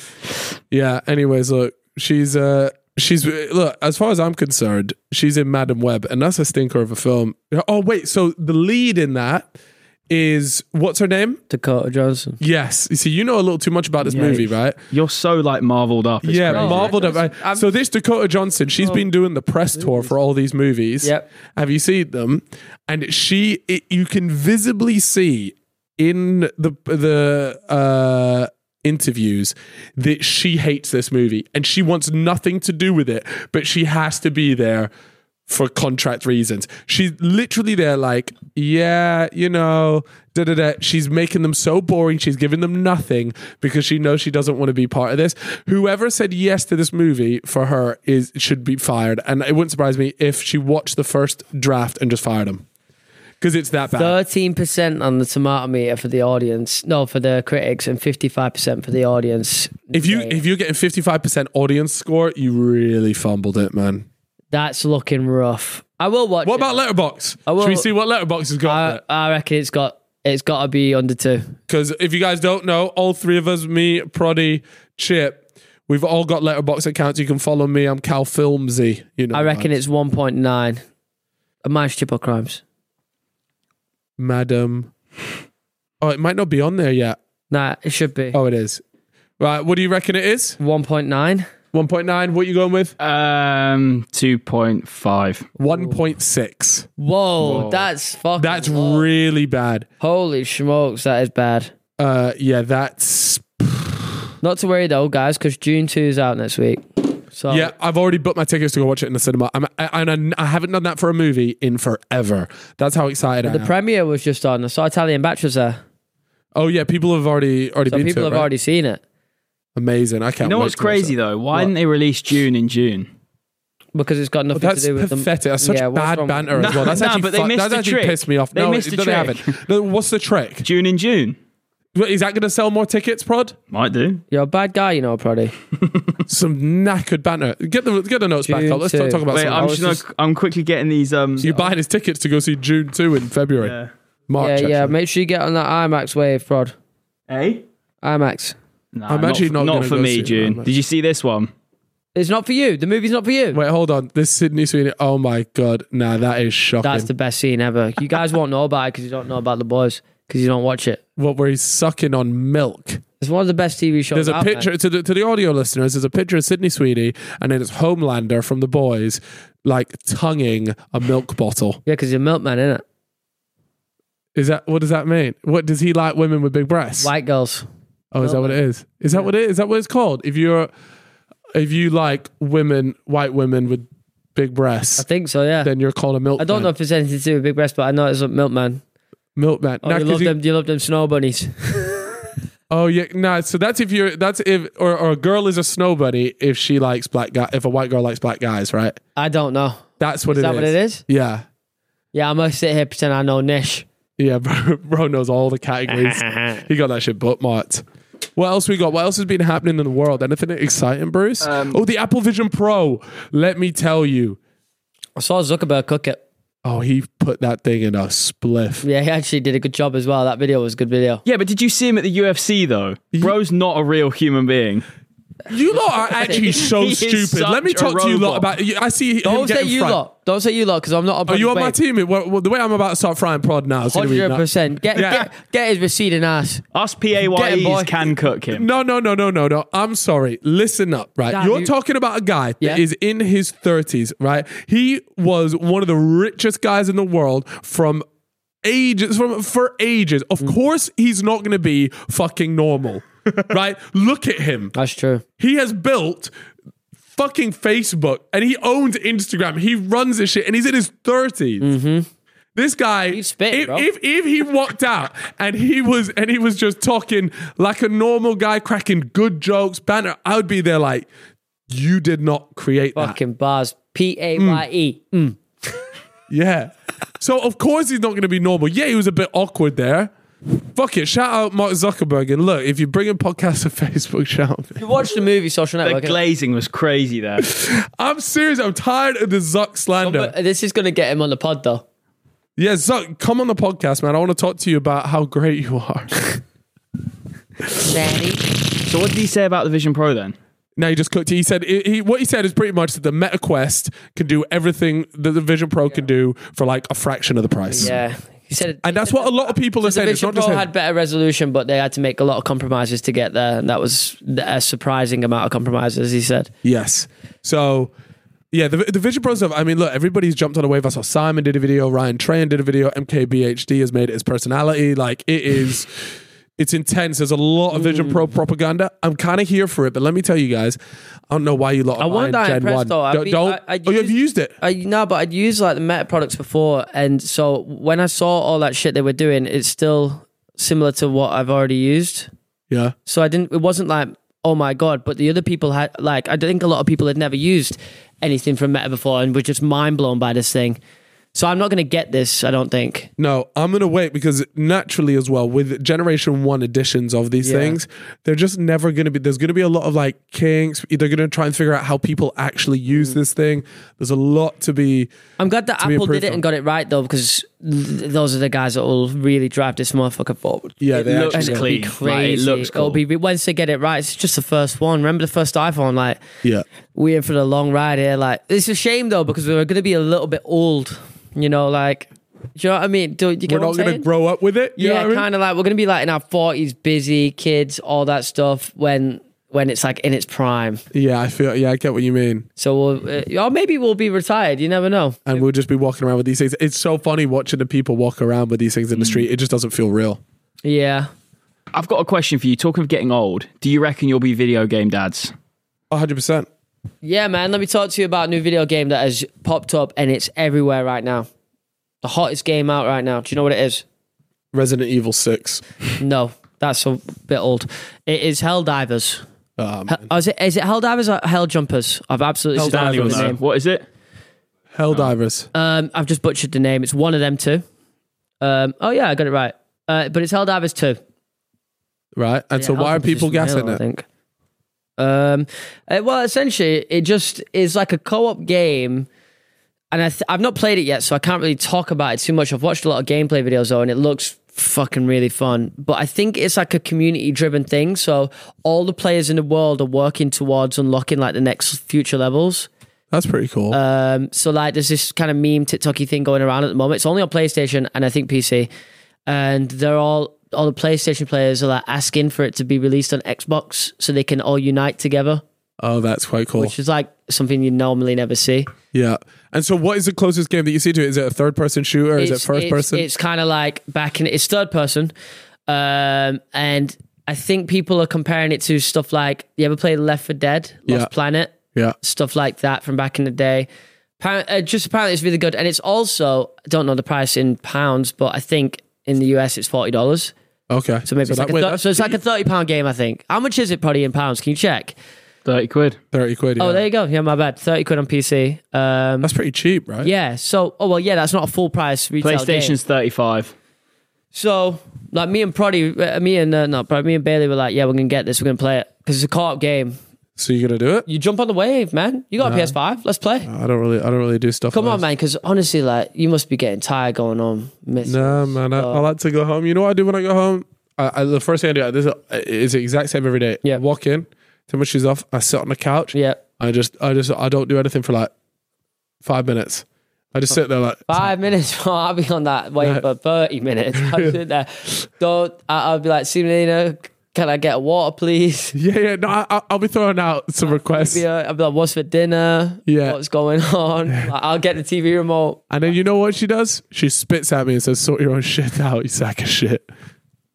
B: Yeah. Anyways, look, she's uh she's look as far as I'm concerned, she's in Madam Web, and that's a stinker of a film. Oh wait, so the lead in that is what's her name?
A: Dakota Johnson.
B: Yes. You see, you know a little too much about this movie, right?
C: You're so like marveled up. It's
B: Yeah,
C: crazy.
B: marveled at. I- So this Dakota Johnson, she's been doing the press tour for all these movies.
A: Yep.
B: Have you seen them? And she, it, you can visibly see in the the uh, interviews that she hates this movie and she wants nothing to do with it, but she has to be there for contract reasons. She's literally there, like, yeah, you know, da da da. She's making them so boring. She's giving them nothing because she knows she doesn't want to be part of this. Whoever said yes to this movie for her is should be fired, and it wouldn't surprise me if she watched the first draft and just fired him because it's that bad.
A: Thirteen percent on the tomato meter for the audience. No, for the critics, and fifty-five percent for the audience.
B: if you if you're getting fifty five percent audience score, you really fumbled it, man.
A: That's looking rough. I will watch.
B: What
A: it.
B: about Letterbox?
A: will-
B: Should we see what Letterbox has got?
A: I, I reckon it's got it's got to be under two.
B: Because if you guys don't know, all three of us, me, Proddy, Chip, we've all got letterbox accounts. You can follow me. I'm Cal Filmsy. You know,
A: I reckon it's one point nine. A man's chip or crimes.
B: Madam. Oh, it might not be on there yet.
A: Nah, it should be
B: Oh, it is. Right. What do you reckon it is?
A: one point nine.
B: 1.9. What you going with?
C: Um, two point five.
B: 1.6.
A: Whoa, that's fucking.
B: That's
A: low.
B: really bad.
A: holy smokes. That is bad.
B: Uh, yeah, that's.
A: Not to worry though, guys, because June two is out next week. So
B: Yeah, I've already booked my tickets to go watch it in the cinema. I'm, I, and I, I haven't done that for a movie in forever. That's how excited I
A: the
B: am.
A: premiere was just on. I saw Italian Bachelor's there,
B: oh yeah, people have already already
A: so
B: been
A: people
B: to
A: have
B: it, right?
A: already seen it
B: Amazing. I can't.
C: You know
B: wait
C: what's
B: to watch it.
C: crazy though? Why didn't they release June in June?
A: because it's got nothing
B: That's
A: to do with
B: pathetic.
A: them.
B: That's such
A: Yeah, what's
B: bad
A: wrong with-
B: banter as
C: No,
B: well. That's
C: no,
B: actually
C: but they
B: fuck-
C: missed
B: that's
C: the
B: actually
C: trick.
B: pissed me off.
C: They
B: no,
C: missed the
B: no, they
C: trick.
B: haven't. No, what's the trick?
C: June in June.
B: But Is that going to sell more tickets, Prod?
C: Might do.
A: You're a bad guy, you know, Proddy.
B: Some knackered banter. Get the get the notes back
A: June
B: up. Let's not
A: two.
B: talk about
C: Wait,
B: some
C: I'm
B: hours.
C: just, gonna- I'm quickly getting these. Um, uh,
B: You're buying his tickets to go see June 2 in February.
C: yeah.
A: Yeah,
B: March.
A: yeah.
B: actually.
A: Make sure you get on that IMAX wave, Prod.
C: Eh?
A: IMAX.
C: Nah,
B: I'm actually
C: for-
B: not
C: not
B: gonna go
C: for
B: see
C: me,
B: it,
C: June.
B: man.
C: Did you see this one?
A: It's not for you. The movie's not for you.
B: Wait, hold on. This Sydney Sweeney. Oh my God. Nah, that is shocking.
A: That's the best scene ever. You guys won't know about it because you don't know about the boys because you don't watch it.
B: what, where he's sucking on milk.
A: It's one of the best TV shows.
B: There's a
A: out, man.
B: picture to the to the audio listeners. There's a picture of Sydney Sweeney, and then it's Homelander from The Boys, like tonguing a milk bottle.
A: Yeah, because he's a milkman, isn't it?
B: Is that what does that mean? What does he like women with big breasts?
A: White girls.
B: oh, is that what it is? Is that what it is? Is that what it's called? If you're if you like women, white women with big breasts,
A: I think so. Yeah.
B: then you're called a milk.
A: I don't know if it's anything to do with big breasts, but I know it's a milkman.
B: milkman.
A: Oh,
B: Nah,
A: you
B: 'cause
A: love
B: you-
A: them. You love them snow bunnies.
B: Oh yeah, no. so that's if you're that's if or, or a girl is a snow bunny if she likes black guy if a white girl likes black guys, right?
A: I don't know.
B: That's what
A: Is that what it is?
B: Yeah.
A: Yeah, I'm gonna sit here pretend I know Nish.
B: Yeah, bro, bro knows all the categories. he got that shit bookmarked. What else we got? What else has been happening in the world? Anything exciting, Bruce?
A: Um,
B: oh, the Apple Vision Pro. Let me tell you.
A: I saw Zuckerberg cook it.
B: Oh, he put that thing in a spliff.
A: Yeah, he actually did a good job as well. That video was a good video.
C: Yeah, but did you see him at the UFC though? Bro's not a real human being.
B: You lot are actually so
C: He is
B: stupid. Let me
C: such a
B: talk to you lot
C: robot.
B: about. I see. Him
A: Don't say
B: getting
A: you
B: fried.
A: lot. Don't say you lot because I'm not.
B: Are you on my team? It- well, well, the way I'm about to start frying prod now. is gonna be
A: Hundred
B: nuts.
A: percent. Get
B: Yeah.
A: get get his receding ass.
C: Us
A: Get him, boy.
C: PAYEs can cook him.
B: No, no, no, no, no, no. I'm sorry. Listen up, right?
A: Dad,
B: You're
A: you-
B: talking about a guy
A: Yeah.
B: that is in his 30s, right? He was one of the richest guys in the world from ages from for ages. Of
A: Mm.
B: course he's not going to be fucking normal. right? Look at him.
A: That's true.
B: He has built fucking Facebook and he owns Instagram. He runs this shit and he's in his 30s. This guy,
A: Mm-hmm. spitting,
B: if,
A: bro.
B: if if he walked out and he was and he was just talking like a normal guy, cracking good jokes, banter, I would be there like, you did not create that.
A: Fucking bars. P A Y E.
B: Yeah. So of course he's not going to be normal. Yeah, he was a bit awkward there. Fuck it. Shout out Mark Zuckerberg and look, if you're bringing podcasts to Facebook, shout out.
A: You watched the movie Social
C: The
A: Network. innit?
C: glazing was crazy there.
B: I'm serious. I'm tired of the Zuck slander.
A: But this is gonna get him on the pod though.
B: Yeah, Zuck, come on the podcast, man. I want to talk to you about how great you are.
C: so what did he say about the Vision Pro then?
B: now you just cooked. it. He said he, he- what he said is pretty much that the Meta Quest can do everything that the Vision Pro can do for like a fraction of the price.
A: Yeah. He said.
B: And that's what a lot of people are
A: The
B: saying. It's
A: Vision
B: not just
A: Pro
B: him.
A: had better resolution, but they had to make a lot of compromises to get there, and that was a surprising amount of compromises. He said.
B: Yes. So, yeah, the, the Vision Pro stuff. I mean, look, everybody's jumped on a wave. I saw Simon did a video, Ryan Train did a video, MKBHD has made it his personality. Like, it is. It's intense. There's a lot of Vision
A: Mm.
B: Pro propaganda. I'm kind of here for it, but let me tell you guys, I don't know why you lot. Are I
A: wasn't that
B: Gen
A: impressed,
B: 1.
A: though. I
B: Don't.
A: be-
B: don't-
A: I- I
B: oh, you've
A: used-
B: used it.
A: I no, but I'd used like the Meta products before, and so when I saw all that shit they were doing, it's still similar to what I've already used.
B: Yeah.
A: So I didn't. It wasn't like oh my god, but the other people had like I think a lot of people had never used anything from Meta before and were just mind blown by this thing. So I'm not going to get this. I don't think.
B: No, I'm gonna wait because naturally as well with generation one editions of these
A: Yeah.
B: things, they're just never gonna be. There's gonna be a lot of like kinks. They're gonna try and figure out how people actually use
A: Mm.
B: this thing. There's a lot to be.
A: I'm glad that
B: be
A: Apple did
B: improved
A: it
B: on.
A: and got it right though, because th- those are the guys that will really drive this motherfucker forward.
B: Yeah,
C: It
B: they
C: looks
B: actually-
A: And it'll
C: clean.
A: be
C: Like, it
A: crazy.
C: looks
A: It'll
C: cool.
A: be once they get it right. It's just the first one. Remember the first iPhone? Like
B: Yeah,
A: we're in for the long ride here. Like it's a shame though because we're going to be a little bit old. You know, like do you know what I mean? Do you get
B: we're
A: what
B: not
A: I'm
B: gonna
A: saying?
B: grow up with it. You know
A: yeah,
B: what I mean?
A: kind of like we're going to be like in our forties, busy kids, all that stuff. When when it's like in its prime,
B: Yeah, I feel. Yeah, I get what you mean.
A: so we'll, uh, or maybe we'll be retired. You never know.
B: And we'll just be walking around with these things. It's so funny watching the people walk around with these things
A: Mm.
B: in the street. It just doesn't feel real.
A: Yeah,
C: I've got a question for you. Talking of getting old, do you reckon you'll be video game dads?
B: 100. percent
A: yeah, man. Let me talk to you about a new video game that has popped up and it's everywhere right now. The hottest game out right now. Do you know what it is?
B: Resident Evil Six.
A: No, that's a bit old. It is Helldivers.
B: Um,
A: Hel- is it is it Helldivers or Hell Jumpers? I've absolutely
B: Helldivers.
A: butchered the
B: No.
A: name.
C: What is it?
B: Helldivers.
A: Um, I've just butchered the name. It's one of them two. Um, oh yeah, I got it right. Uh, but it's Helldivers two.
B: right? And so
A: Yeah,
B: why are
A: alcohol's
B: people
A: just
B: gassing
A: vanilla, I
B: it?
A: think. Um, eh, well, essentially, it just is like a co-op game, and I th- I've not played it yet, so I can't really talk about it too much. I've watched a lot of gameplay videos though, and it looks fucking really fun. But I think it's like a community-driven thing, so all the players in the world are working towards unlocking like the next future levels.
B: That's pretty cool.
A: Um, so like there's this kind of meme TikToky thing going around at the moment. It's only on PlayStation and I think PC, and they're all all the PlayStation players are like asking for it to be released on Xbox so they can all unite together,
B: oh, that's quite cool.
A: which is like something you normally never see.
B: yeah. And so, what is the closest game that you see to it? Is it a third person shooter? Is it first person?
A: It's kind of like back in it's third person, um, and I think people are comparing it to stuff like you ever played Left for Dead, Lost
B: Yeah.
A: Planet,
B: yeah.
A: stuff like that from back in the day. Appar- uh, just apparently it's really good, and it's also I don't know the price in pounds, but I think in the US it's forty dollars.
B: Okay.
A: So maybe it's,
B: that
A: like,
B: way-
A: a thir-
B: that's
A: so it's like a thirty pound game. I think. How much is it probably in pounds? Can you check?
C: 30 quid.
B: 30 quid. Yeah.
A: Oh, there you go. Yeah, my bad. Thirty quid on PC. Um,
B: that's pretty cheap, right?
A: yeah. So oh well, yeah, that's not a full price retail game.
C: PlayStation's 35.
A: So like me and Proddy, uh, me and uh, no, Proddy, me and Bailey were like, yeah, we're gonna get this. We're gonna play it because it's a co-op game.
B: So you're gonna do it?
A: You jump on the wave, man. You got a PS5. Let's play.
B: I don't really, I don't really do stuff.
A: Come
B: like
A: on, man, because honestly, like, you must be getting tired going on. Miss.
B: this. Nah, man. I, I like to go home. You know what I do when I go home? I, I, the first thing I do this is, is the exact same every day.
A: Yeah.
B: I walk in, take my shoes off. I sit on the couch.
A: Yeah.
B: I just, I just, I don't do anything for like five minutes. I
A: Oh.
B: just sit there like.
A: Five minutes. well, I'll be on that waiting for 30 minutes. I'll sit there. Don't, I, I'll be like, Simulina, can I get a water, please?
B: Yeah, yeah. No, I, I- I'll be throwing out some requests.
A: Be, uh, I'll be like, what's for dinner?
B: Yeah.
A: What's going on? Like, I'll get the TV remote.
B: And then you know what she does? She spits at me and says, "Sort your own shit out, you sack of shit."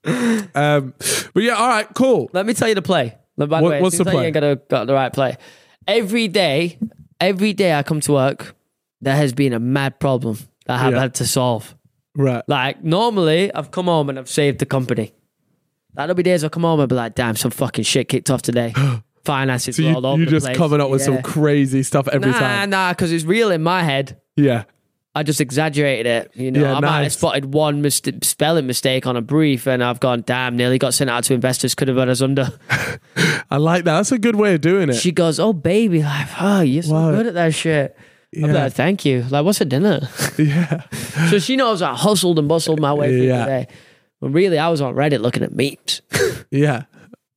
B: um, but yeah, all right, cool.
A: Let me tell you the play. Look, By the
B: What-
A: way, it
B: what's the
A: seems like
B: play?
A: You ain't got, a, got the right play. Every day, every day I come to work, there has been a mad problem that I've
B: Yeah.
A: had to solve.
B: Right.
A: Like normally, I've come home and I've saved the company. That'll be days I'll come home and be like, "Damn, some fucking shit kicked off today. Finances
B: So
A: were all
B: you,
A: over
B: you're
A: the
B: just
A: place."
B: coming up with
A: Yeah.
B: some crazy stuff every
A: nah,
B: time.
A: nah, because it's real in my head.
B: Yeah.
A: I just exaggerated it. You know,
B: Yeah,
A: I might have
B: nice.
A: spotted one mis- spelling mistake on a brief, and I've gone, "Damn, nearly got sent out to investors. Could have run us under."
B: I like that. That's a good way of doing it.
A: She goes, "Oh, baby, like, oh, you're so
B: Wow.
A: good at that shit." I'm
B: Yeah.
A: like, "Thank you." Like, what's for dinner?
B: yeah.
A: so she knows I hustled and bustled my way through
B: Yeah.
A: today. But really, I was on Reddit looking at meat.
B: Yeah.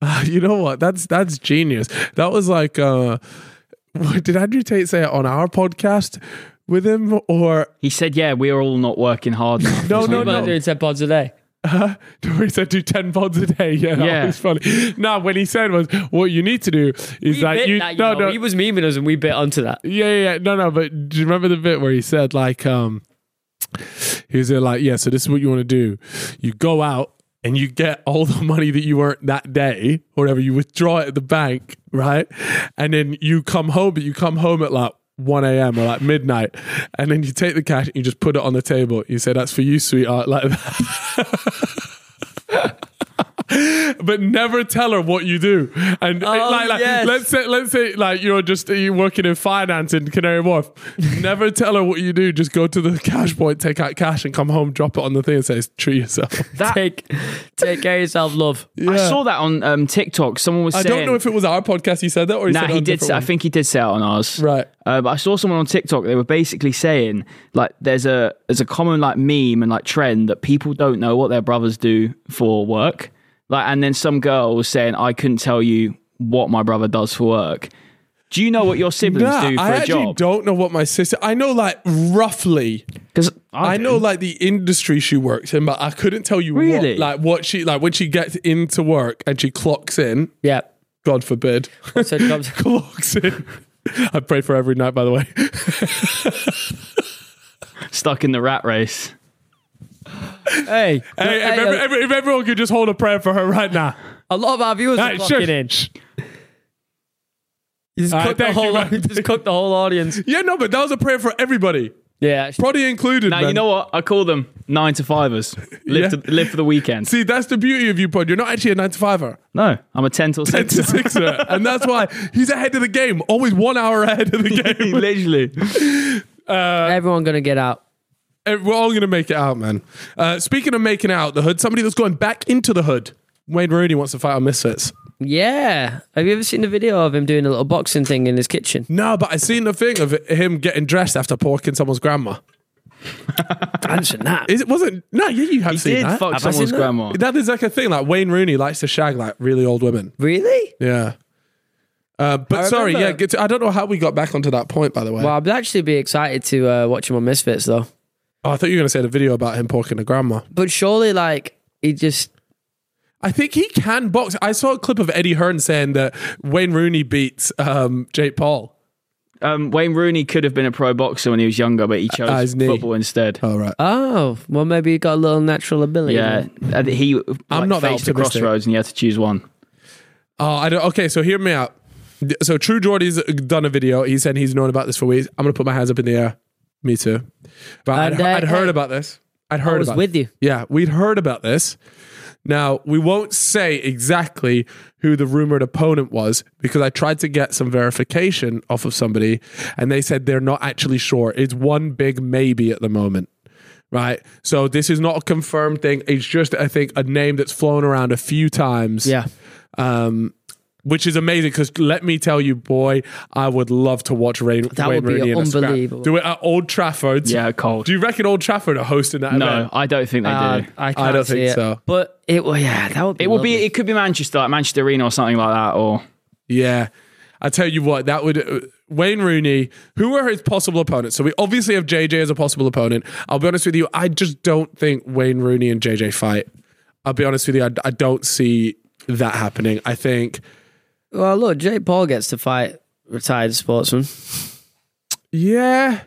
B: Ah, you know what? That's that's genius. That was like uh what- did Andrew Tate say it on our podcast with him or
C: He said, yeah, we are all not working hard enough.
B: no no
A: We're
B: no
A: doing ten pods a day.
B: Huh? he said uh, do 10 pods a day yeah that
C: Yeah.
B: was funny no what he said was what you need to do is
A: We
B: that
A: bit
B: you
A: that, you
B: no
A: know.
B: no
A: He was memeing us and we bit onto that.
B: Yeah, yeah, yeah. No, no, but do you remember the bit where he said, like, um, he was there like, yeah, so this is what you want to do. You go out and you get all the money that you earned that day, or whatever, you withdraw it at the bank, right? And then you come home, but you come home at like 1 a.m. or like midnight, and then you take the cash and you just put it on the table. You say, that's for you, sweetheart, like that. But never tell her what you do, and
A: Oh,
B: like, like
A: yes.
B: let's say let's say like you're just you're working in finance in Canary Wharf. Never tell her what you do. Just go to the cash point, take out cash, and come home, drop it on the thing, and say treat yourself.
C: That-
A: Take, take care of yourself, love.
B: Yeah.
C: I saw that on um, TikTok. Someone was
B: I
C: saying.
B: don't know if it was our podcast he said that or he
C: Nah,
B: said it
C: he
B: on a
C: did.
B: different
C: Say, I
B: one.
C: think he did say it on ours.
B: Right.
C: Uh, but I saw someone on TikTok. They were basically saying like there's a there's a common like meme and like trend that people don't know what their brothers do for work. Like, and then some girl was saying, "I couldn't tell you what my brother does for work." Do you know what your siblings
B: Nah,
C: do for
B: I
C: a
B: actually
C: job?
B: don't know what my sister. I know like roughly.
C: Because
B: I know like the industry she works in, but I couldn't tell you
C: Really?
B: what, like what she like when she gets into work and she clocks in.
A: Yeah.
B: God forbid.
A: So jobs.
B: clocks in. I pray for every night, by the way.
C: stuck in the rat race.
A: hey,
B: Hey, if, every, every- if everyone could just hold a prayer for her right now.
A: a lot of our viewers are
B: Hey,
A: clocking
B: sure.
A: in. You just,
B: Alright,
A: cooked the
B: thank you,
A: whole,
B: man.
A: just cooked the whole audience.
B: Yeah, no, but that was a prayer for everybody,
A: Yeah. actually.
B: Proddy included.
C: Now
B: man.
C: you know what I call them nine to fivers. Live
B: Yeah.
C: to, live for the weekend.
B: See, that's the beauty of you, Prod. You're not actually a nine to fiver,
C: no, I'm a ten till
B: ten
C: six.
B: to sixer, and that's why he's ahead of the game. Always one hour ahead of the game.
C: Literally.
A: Everyone gonna get out.
B: Eh, We're all gonna make it out, man. Uh, speaking of making out the hood, somebody that's going back into the hood. Wayne Rooney wants to fight on misfits.
A: Yeah. Have you ever seen the video of him doing a little boxing thing in his kitchen?
B: No, but I seen the thing of him getting dressed after porking someone's grandma.
A: Answering that.
B: Is it wasn't? No, yeah, you have seen
C: Did
B: that.
C: fuck
A: Have I
C: someone's
A: seen that?
C: grandma.
B: That is like a thing. Like Wayne Rooney likes to shag like really old women.
A: Really?
B: Yeah. Uh, but
A: I
B: sorry,
A: remember-
B: yeah, get to- I don't know how we got back onto that point. By the way,
A: Well, I'd actually be excited to uh, watch him on Misfits though.
B: oh, I thought you were going to say the video about him porking a grandma.
A: But surely, like, he just
B: I think he can box. I saw a clip of Eddie Hearn saying that Wayne Rooney beats um, Jake Paul.
C: Um, Wayne Rooney could have been a pro boxer when he was younger, but he chose
B: uh, his knee.
C: football instead.
B: All right.
A: oh well, maybe he got a little natural ability.
C: yeah,
A: then.
C: and he. like,
B: not that
C: faced the
B: optimistic.
C: crossroads, and he had to choose one.
B: Oh, I don't. Okay, so hear me out. So True Jordy's done a video. He said he's known about this for weeks. I'm gonna put my hands up in the air. Me too. But I'd,
A: And, uh,
B: I'd heard
A: hey,
B: about this. I'd heard
A: was
B: about
A: with
B: this.
A: you.
B: Yeah, we'd heard about this. Now we won't say exactly who the rumored opponent was because I tried to get some verification off of somebody, and they said they're not actually sure. It's one big maybe at the moment right? So this is not a confirmed thing. It's just I think a name that's flown around a few times.
A: Yeah.
B: Um, which is amazing because let me tell you, boy, I would love to watch Rain.
A: That
B: Wayne
A: would be
B: Rooney in a scrap.
A: unbelievable.
B: Do it at Old Trafford.
C: Yeah, cold.
B: Do you reckon Old Trafford are hosting that?
C: No,
B: event?
C: I don't think they
A: Uh,
C: do.
A: I,
B: I don't
A: can't see
B: think
A: it.
B: so.
A: But it will. Yeah, that would. Be
C: It will be.
A: lovely.
C: It could be Manchester, like Manchester Arena or something like that. Or
B: Yeah. I tell you what, that would uh, Wayne Rooney. Who are his possible opponents? So we obviously have JJ as a possible opponent. I'll be honest with you, I just don't think Wayne Rooney and JJ fight. I'll be honest with you, I, I don't see that happening. I think,
A: Well, look, Jake Paul gets to fight retired sportsman.
B: yeah,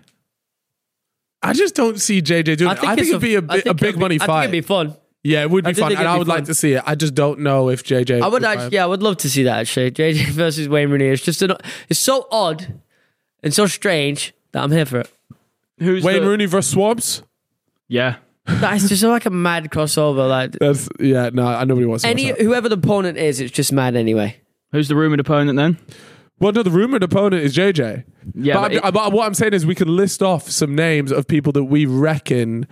B: I just don't see JJ doing. it. I think,
A: it's
B: it'd be a,
A: I
B: bi-
A: think
B: a big
A: it'd be-
B: money
A: I think
B: fight.
A: it'd be fun.
B: yeah, it would be
A: do
B: fun,
A: think
B: and
A: it'd
B: I
A: be
B: would like
A: fun.
B: to see it. I just don't know if JJ.
A: I would
B: fight.
A: actually, yeah, I would love to see that actually. JJ versus Wayne Rooney. It's just an, it's so odd and so strange that I'm here for it.
C: who's
B: Wayne
C: the-
B: Rooney versus Swabs.
C: Yeah,
A: That's just like a mad crossover. Like
B: That's yeah. No, I nobody wants to watch
A: any
B: that.
A: whoever the opponent is, it's just mad anyway.
C: who's the rumored opponent then?
B: Well, no, the rumored opponent is JJ.
C: Yeah,
B: but,
C: but
B: I'm-
C: it-
B: but what I'm saying is we can list off some names of people that we reckon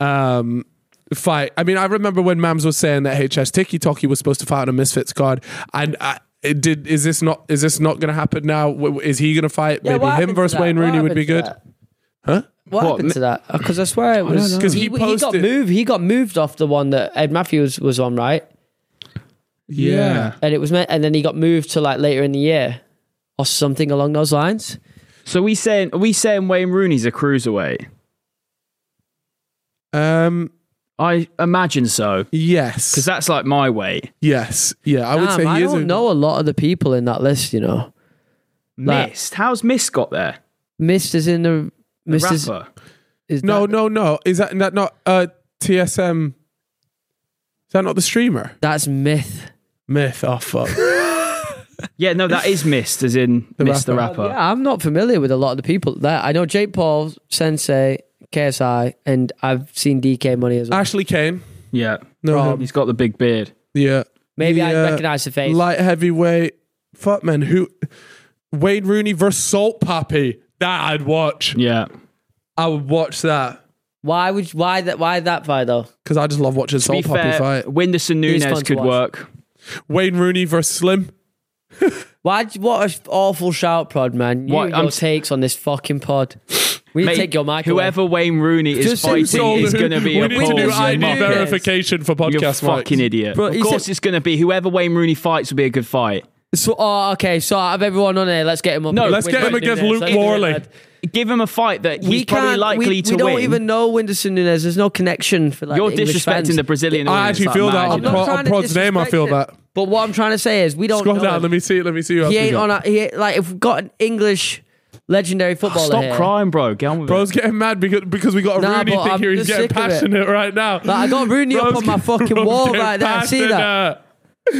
B: um, fight. I mean, I remember when Mams was saying that HS Tiki Toki was supposed to fight on a Misfits card, and I, it did is this not is this not going to happen now? W- Is he going to fight? Maybe him versus Wayne Rooney would be good. Huh?
A: What, happened to that? Because Uh, I swear it was
B: know. 'Cause he
A: he, he got
B: posted-
A: moved. He got moved off the one that Ed Matthews was on, right?
B: Yeah.
A: And it was meant, and then he got moved to like later in the year or something along those lines.
C: So we saying are we saying Wayne Rooney's a cruiserweight?
B: Um.
C: I imagine so because
B: Yes.
C: that's like my weight.
B: yes. Yeah. I would
A: Damn,
B: say he
A: I
B: is.
A: don't
B: a-
A: know a lot of the people in that list. You know, Like-
C: Mist. How's Mist got there?
A: Mist is in the.
C: The
A: Mist is,
C: rapper.
A: is
B: No.
A: that-
B: No. No. Is that not, not uh, TSM? Is that not the streamer?
A: that's myth.
B: Myth. Oh fuck.
C: Yeah, no, that is Mist, as in Mist the
B: rapper.
C: rapper.
A: Yeah, I'm not familiar with a lot of the people there. I know Jake Paul, Sensei, KSI, and I've seen DK Money as well.
B: Ashley Kane.
C: yeah.
B: No.
A: Rob.
B: him.
C: He's got the big beard.
B: Yeah.
A: Maybe I
B: Yeah.
A: recognize the face.
B: Light heavyweight. Fuck man, who Wayne Rooney versus Salt Pappy. That I'd watch.
C: Yeah.
B: I would watch that.
A: why would why that why that fight though?
B: Because I just love watching
C: To be
B: Salt Pappy
C: fair,
B: fight.
C: Winderson
A: He's fun
C: Nunes
A: to
C: could
A: watch.
C: work.
B: Wayne Rooney versus Slim.
A: Why? What an awful shout, prod man! You
C: What,
A: and
C: I'm
A: your
C: s-
A: takes on this fucking pod. We need to
C: Mate,
A: take your mic. away.
C: Whoever Wayne Rooney is
A: Just
C: fighting
A: insult
C: is
A: who-
C: going to be
B: we
C: a
B: need to do
C: balls
B: ID
C: muppet.
A: ver-
B: verification for podcast.
C: You're a fucking
B: mics.
C: idiot.
A: Bro,
C: of
A: he
C: course,
A: said-
C: it's going to be whoever Wayne Rooney fights will be a good fight.
A: So, oh, okay. So out of everyone on here, let's get him up.
C: No,
A: with-
B: Let's
A: with
B: get him
A: Brendan
B: against
A: Nunes.
B: Luke
A: Let's do it,
B: Morley.
A: lad.
C: Give him a fight that he's
A: We
C: probably
A: can't.
C: likely
A: we, we
C: to
A: don't
C: win.
A: even know Winderson Nunes. There's no connection for like.
C: You're
A: the English
C: disrespecting
A: fans.
C: the Brazilian.
B: I
C: audience,
B: actually
C: like,
B: feel that
C: mad,
B: on,
C: you
A: not
C: know?
B: Pro- on
A: trying to
B: Prod's name. I
A: disrespect
B: feel
A: him.
B: that.
A: But what I'm trying to say is, we don't.
B: Scroll
A: know
B: down.
A: him.
B: Let me see. Let me see. Who else
A: He
B: we
A: ain't
B: got.
A: on. A, he ain't, like if we've got an English
B: Ah,
A: legendary footballer
C: Stop
A: here.
C: crying, bro. Get on with
B: Bro's getting mad because because we got a
A: Nah,
B: Rooney
A: but
B: thing
A: I'm
B: here. He's
A: just
B: getting
A: sick of it.
B: passionate right now.
A: Like, I got Rooney up on my fucking
B: Bro's
A: wall
B: getting
A: right there. I see that.
B: passionate.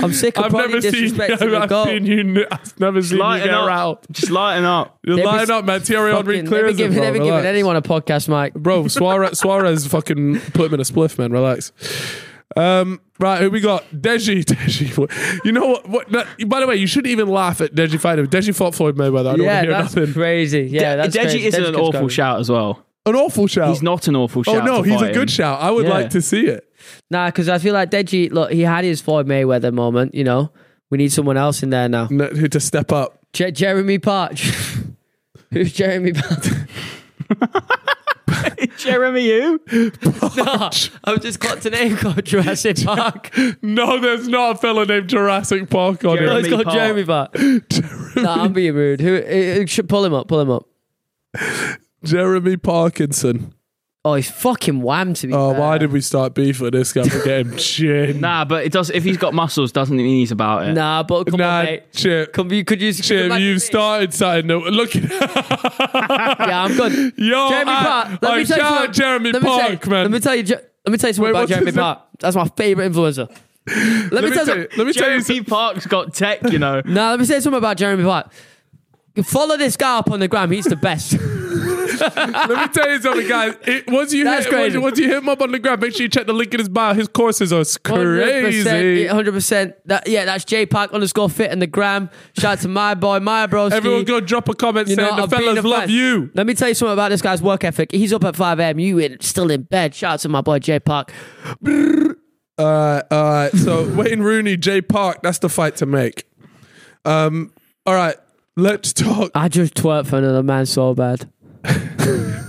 A: I'm sick of
B: I've
A: Prodi
B: never seen.
A: disrespecting the
B: I've
A: goal.
B: seen you. I've never
C: it.
B: seen you
C: Lighten
B: get
C: up.
B: out.
C: Just lighten up.
B: You're
A: They'd be
B: lying up, man. Thierry Henry
A: Fucking- they
B: clears
A: be giving,
B: it,
A: they
B: bro.
A: be giving
B: Relax.
A: anyone a podcast, Mike.
B: Bro, Suarez, Suarez fucking put him in a spliff, man. Relax. Um, right, who we got? Deji. Deji. You know what? what that, by the way, you shouldn't even laugh at Deji fighting. Deji fought Floyd Mayweather. I don't want
A: yeah,
B: to hear
A: that's
B: nothing.
A: crazy. Yeah, that's
C: Deji
A: crazy.
C: is
A: Deji
C: an
A: keeps
C: awful
A: going.
C: shout as well.
B: an awful shout.
C: He's not an awful
B: Oh
C: shout.
B: no,
C: to
B: he's
C: fight
B: a good
C: him.
B: shout. I would
A: Yeah.
B: like to see it.
A: Nah, because I feel like Deji, look, he had his Floyd Mayweather moment, you know. We need someone else in there now.
B: No, to step up.
A: Je- Jeremy Parch. Who's Jeremy Parch?
C: Jeremy, you?
A: Nah, I've just got a name called Jurassic Park.
B: No, there's not a fella named Jurassic Park on
A: No,
B: it.
C: Jeremy
A: it's called
C: Park.
A: Jeremy Parch. Nah, I'm being rude. Who, who, should pull him up? Pull him up.
B: Jeremy Parkinson.
A: Oh, he's fucking wham to be
B: Oh,
A: fair.
B: why did we start beef with this guy? We're getting chin.
C: Nah, but it does. If he's got muscles, doesn't mean he's about it.
A: Nah, but come
B: Nah,
A: on, mate.
B: Chip.
A: Come, you could you?
B: Chip,
A: imagine
B: you've
A: this?
B: started something. that- Look at
A: Yeah, I'm good.
B: Yo,
A: Jeremy
B: I-
A: Park. Let
B: I
A: me tell you
B: shout
A: something-
B: Jeremy
A: let me tell you-
B: Park, man.
A: Let me tell you. Je- Let me tell you something
B: Wait,
A: about
B: what's
A: Jeremy
B: his name?
A: Park. That's my favorite influencer. Let, me tell you. something.
B: Let me tell you.
C: Jeremy
B: something.
C: Park's got tech, you know.
A: Now let me say something about Jeremy Park. Follow this guy up on the gram. He's the best.
B: Let me tell you something, guys. It, once you
A: That's
B: hit, once,
A: crazy.
B: once you hit him up on the ground, make sure you check the link in his bio. His courses are crazy.
A: hundred percent. That yeah, that's J Park underscore fit on the gram. Shout out to my boy, my bro.
B: Everyone go drop a comment saying the
A: I've been
B: fellas
A: a
B: love
A: fan.
B: you.
A: Let me tell you something about this guy's work ethic. He's up at 5 a.m. You in, still in bed. Shout out to my boy J Park.
B: All right, all right. So Wayne Rooney, Jay Park, that's the fight to make. Um, all right, let's talk.
A: I just twerked for another man so bad.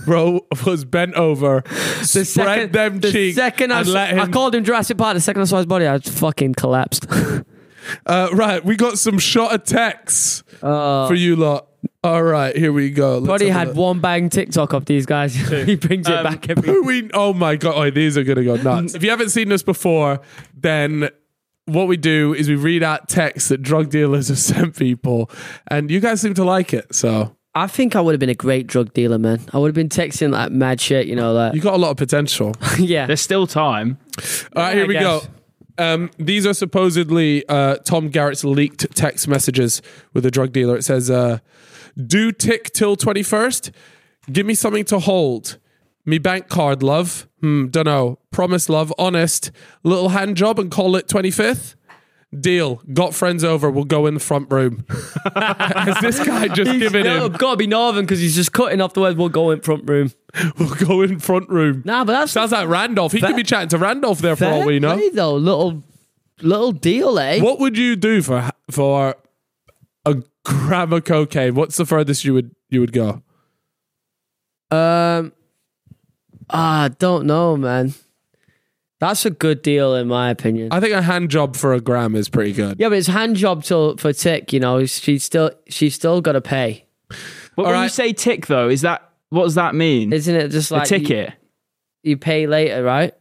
B: Bro was bent over,
A: The
B: spread
A: second,
B: them
A: the
B: cheeks,
A: second I,
B: and
A: s-
B: let him.
A: I called him Jurassic Park. The second I saw his body, I fucking collapsed.
B: uh, right, we got some shot attacks for you lot. All right, here we go. Let's
A: Oh. Body
B: have a
A: had
B: look.
A: one bang TikTok of these guys. he brings it
C: Um,
A: back every
B: Who we? Oh my god! Oh, these are gonna go nuts. If you haven't seen this before, then what we do is we read out texts that drug dealers have sent people, and you guys seem to like it. So
A: I think I would have been a great drug dealer, man. I would have been texting like mad shit, you know, like
B: you got a lot of potential.
A: yeah.
C: There's still time.
B: All right,
A: Yeah,
B: here
A: I
B: we go.
A: guess.
B: Um, these are supposedly uh, Tom Garrett's leaked text messages with a drug dealer. It says, uh, "Do tick till twenty first. Give me something to hold. Me bank card, love. Hmm, dunno. Promise, love. Honest. Little hand job and call it twenty fifth. Deal. Got friends over. We'll go in the front room. Has this guy just given
A: No,
B: him?
A: it's gotta be Northern because he's just cutting off the words. We'll go in front room.
B: We'll go in front room.
A: Nah, but that's
B: Sounds like Randolph. He could be chatting to Randolph there for
A: fair
B: all we know.
A: play, though. Little little deal, eh?
B: What would you do for for a gram of cocaine? What's the furthest you would you would go?
A: Um, ah, I don't know, man. That's a good deal in my opinion.
B: I think a hand job for a gram is pretty good.
A: yeah, but it's hand job till for tick. You know, she's still she's still got to pay,
C: But when
B: right.
C: you say tick, though, is that what does that mean?
A: isn't it? Just
C: a
A: like you-
C: ticket?
A: you, pay later, right?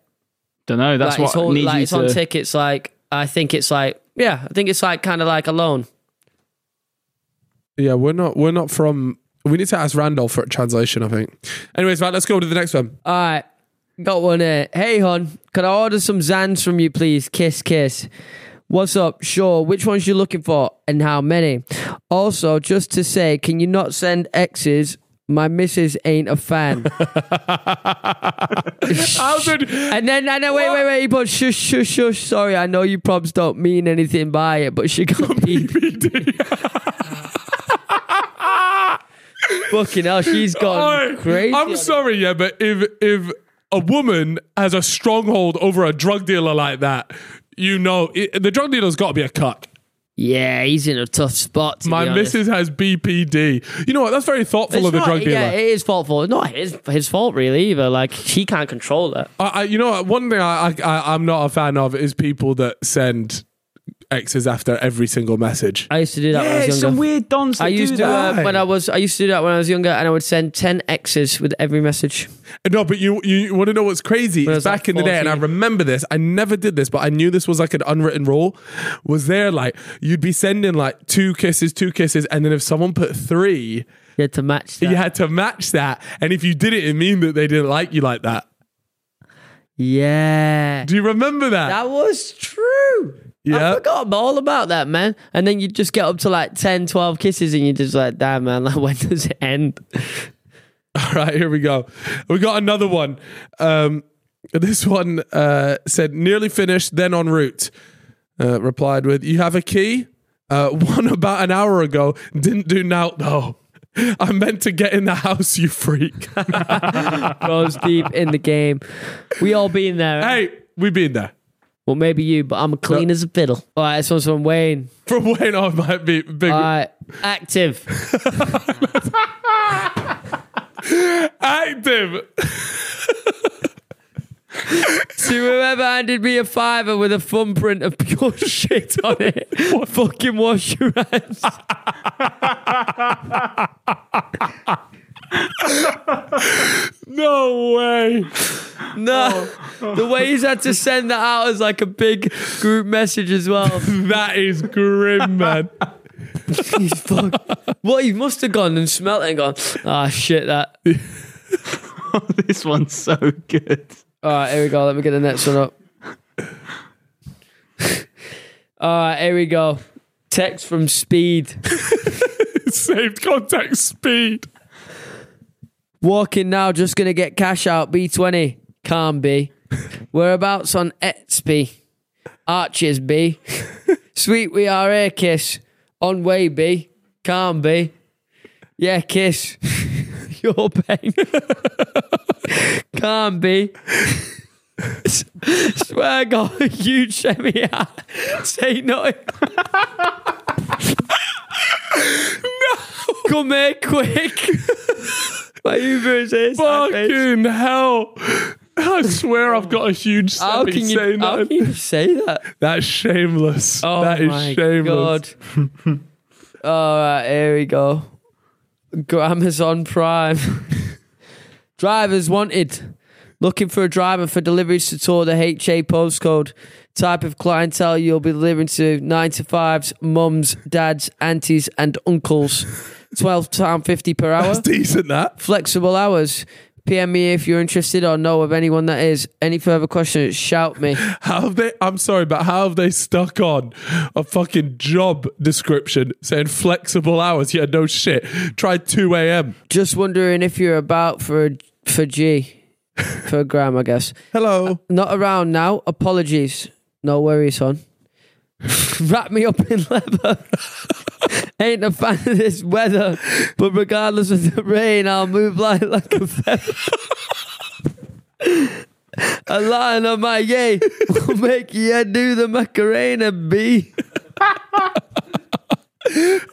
C: Don't know. That's
A: like
C: what
A: it's, whole,
C: needs
A: like
C: you
A: it's on
C: to-
A: tickets. Like I think it's like yeah, I think it's like kind of like a loan.
B: Yeah, we're not we're not from. We need to ask Randolph for a translation. I think. Anyways, right, let's go to the next one.
A: All right, got one here. Hey, hon, can I order some Zans from you, please? Kiss, kiss. What's up? Sure. Which ones you looking for, and how many? Also, just to say, can you not send X's? My missus ain't a fan.
B: How did?
A: and then, and then, wait, wait, wait. He put shush, shush, shush. Sorry, I know you probs don't mean anything by it, but she got PPD. Fucking hell, she's gone
B: Oi,
A: crazy. on
B: I'm
A: it.
B: sorry, yeah, but if if a woman has a stronghold over a drug dealer like that, you know it, the drug dealer's got to be a cuck.
A: Yeah, he's in a tough spot. to
B: My
A: be honest.
B: missus has BPD. You know what? That's very thoughtful of the
A: not,
B: drug dealer.
A: Yeah, it is faultful. It's not his his fault really either. Like he can't control that.
B: I, I, you know, what? one thing I, I- I, I'm not a fan of is people that send X's after every single message.
A: I used to do that
C: Yeah,
A: when I was
C: it's some
A: younger.
C: weird dons that
A: I used
C: do
A: to
C: that.
A: uh, when I was I used to do that when I was younger, and I would send ten X's with every message.
B: No, but you, you want to know what's crazy?
A: I
B: It's
A: was like
B: back in the day, and I
A: 14.
B: remember this. I never did this, but I knew this was like an unwritten rule. Was there like you'd be sending like two kisses, two kisses, and then if someone put three,
A: Yeah, to match. That.
B: you had to match that, and if you did it, it mean that they didn't like you like that.
A: yeah,
B: Do you remember that?
A: that was true.
B: Yeah.
A: I forgot all about that, man. And then you just get up to like 10, 12 kisses, and you're just like, damn, man, like, when does it end?
B: All right, here we go. We got another one. Um, this one uh, said, nearly finished, then en route. Uh, replied with, You have a key? Uh, one about an hour ago. Didn't do now, though. I meant to get in the house, you freak.
A: Goes deep in the game. We all been there.
B: hey, we been there.
A: Well, maybe you, but I'm clean as a fiddle. All right, this one's from Wayne.
B: From Wayne on might be big
A: All right, active.
B: active.
A: to whoever handed me a fiver with a thumbprint of pure shit on it. Fucking wash your hands.
B: No way.
A: No,
B: Oh.
A: the way he's had to send that out is like a big group message as well.
B: That is grim, man.
A: He's fuck. Well, he must have gone and smelt it and gone, ah, shit, that. uh,
C: this one's so good.
A: All right, here we go. Let me get the next one up. All right, here we go. Text from Speed.
B: Saved contact speed.
A: Walking now, just gonna get cash out. B20. Can't be. Whereabouts on Etsby? Arches B. Sweet we are here, kiss. On way B. Can't be. Yeah, kiss. Your pain. Can't be. S- Swear God, you send me out. Say no. no. Come here quick. My Uber is here. savage.
B: Fucking hell. I swear I've got a huge
A: How
B: seppy
A: can you?
B: saying
A: How
B: that.
A: can you say that?
B: That's shameless. that is shameless.
A: Oh god! All right, here we go. Grammar's on Prime. Drivers wanted. Looking for a driver for deliveries to tour the HA postcode. Type of clientele you'll be delivering to: nine to fives, mums, dads, aunties, and uncles. Twelve pound fifty per hour
B: That's decent, that.
A: flexible hours. PM me if you're interested or know of anyone that is. Any further questions, shout me.
B: How have they, I'm sorry, but how have they stuck on a fucking job description saying flexible hours? Yeah, no shit. Try 2 a.m.
A: Just wondering if you're about for for G, for Graham, I guess.
B: Hello.
A: Not around now. Apologies. No worries, son. Wrap me up in leather. Ain't a fan of this weather, but regardless of the rain, I'll move like like a feather. a line on my yay will make you do the Macarena, B.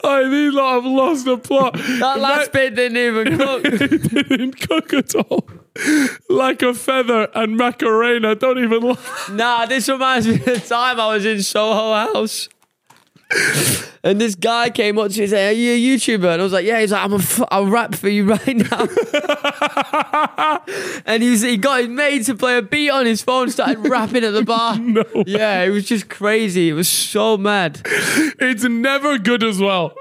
B: I these lot have lost the plot.
A: That last bit didn't even cook.
B: didn't cook at all. Like a feather and Macarena don't even laugh.
A: nah, this reminds me of the time I was in Soho House. And this guy came up to me and said, Are you a YouTuber? And I was like, Yeah. He's like, I'm a f- I'll rap for you right now. and he, was, he got his mate to play a beat on his phone, started rapping at the bar. no. Yeah, it was just crazy. It was so mad.
B: It's never good as well.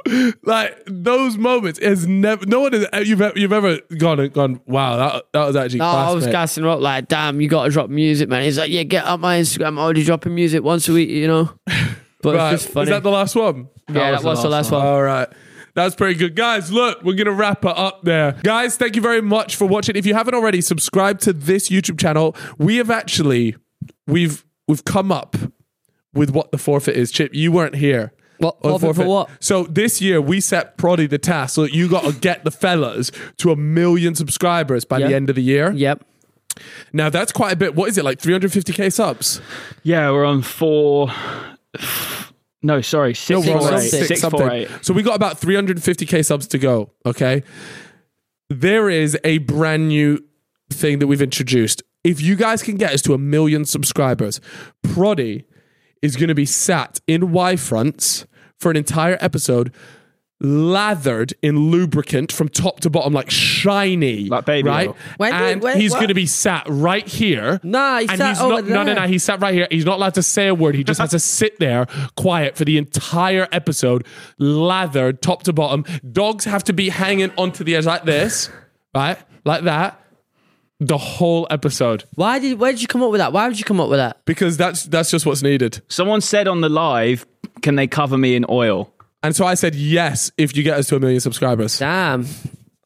B: Like those moments is never. No one is you've e- you've ever gone and gone. Wow, that that was actually.
A: No,
B: class,
A: I was
B: mate."
A: gassing her up like, Damn, you got to drop music, man. He's like, Yeah, get up my Instagram. I'm already dropping music once a week, you know? But
B: Right.
A: it's just funny.
B: Is that the last one?
A: yeah, that was the last one.
B: All right. That's pretty good. Guys, look, we're going to wrap it up there. Guys, thank you very much for watching. If you haven't already, subscribe to this YouTube channel. We have actually we've we've come up with what the forfeit is. Chip, you weren't here.
A: What-
B: on
A: forfeit for what?
B: So this year we set Proddy the task so that you got to get the fellas to a million subscribers by
A: Yeah.
B: the end of the year.
A: Yep.
B: Now that's quite a bit. What is it like? 350k subs.
C: Yeah, we're on four. No, sorry, six,
A: we're on
C: four, eight.
A: six
C: Six,
B: something.
C: four, eight.
B: So we got about 350k subs to go. Okay. There is a brand new thing that we've introduced. If you guys can get us to a million subscribers, Proddy is going to be sat in Y fronts for an entire episode, lathered in lubricant from top to bottom, like shiny,
C: Like baby
B: right?
C: oil.
A: When did-
B: and
A: when-
B: he's
A: what?
B: going to be sat right here.
A: Nah, he
B: and
A: sat
B: he's
A: over
B: not, No,
A: there.
B: no, no. He sat right here. He's not allowed to say a word. He just has to sit there quiet for the entire episode, lathered top to bottom. Dogs have to be hanging onto the edge like this, right? Like that. The whole episode.
A: Why did where did you come up with that? Why would you come up with that?
B: Because that's that's just what's needed.
C: Someone said on the live, "Can they cover me in oil?"
B: And so I said yes if you get us to a million subscribers.
A: Damn.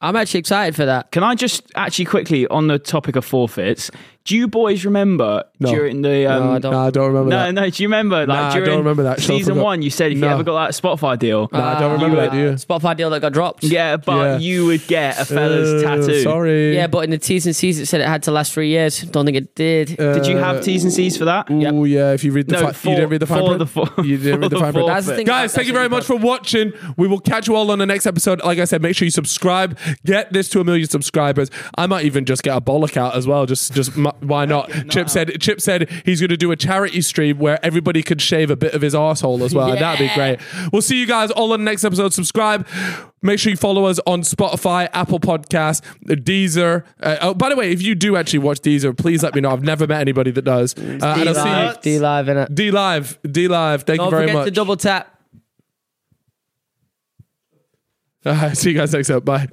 A: I'm actually excited for that.
C: Can I just actually quickly on the topic of forfeits? Do you boys remember
B: No.
C: during the um,
A: No, I don't.
B: Nah, I don't remember
C: No,
B: that.
C: no. Do you remember? Like,
B: Nah, I don't
C: during
B: remember that. Should've
C: Season
B: forgot.
C: one, you said if
B: No.
C: you ever got that Spotify deal,
B: Nah, I don't remember that, do you?
A: Spotify deal that got dropped.
C: yeah, but
B: Yeah.
C: you would get a fella's
B: Uh,
C: tattoo.
B: Sorry.
A: Yeah, but in the T's and C's it said it had to last three years. Don't think it did.
C: Did you
B: uh,
C: have T's and C's for that?
B: Ooh, yeah. If you read the,
C: No,
B: fi-
C: for-
B: you didn't read the fine
C: for
B: print.
C: the four-
B: you didn't
C: for
B: read the
C: the
B: fine print.
C: fourth
A: That's the thing.
B: Guys, thank you very much for watching. We will catch you all on the next episode. Like I said, make sure you subscribe. Get this to a million subscribers. I might even just get a bollock out as well. Just, just mu- why not? Chip said. Chip said he's going to do a charity stream where everybody could shave a bit of his asshole as well. That'd be great. We'll see you guys all on the next episode. Subscribe. Make sure you follow us on Spotify, Apple Podcasts, Deezer. Uh, oh, by the way, if you do actually watch Deezer, please let me know. I've never met anybody that does. Uh, and
A: D
B: I'll see you.
A: live, D live, innit?
B: D Live, D Live, thank
A: Don't
B: you very
A: forget to
B: much.
A: double tap.
B: see you guys next up. Bye.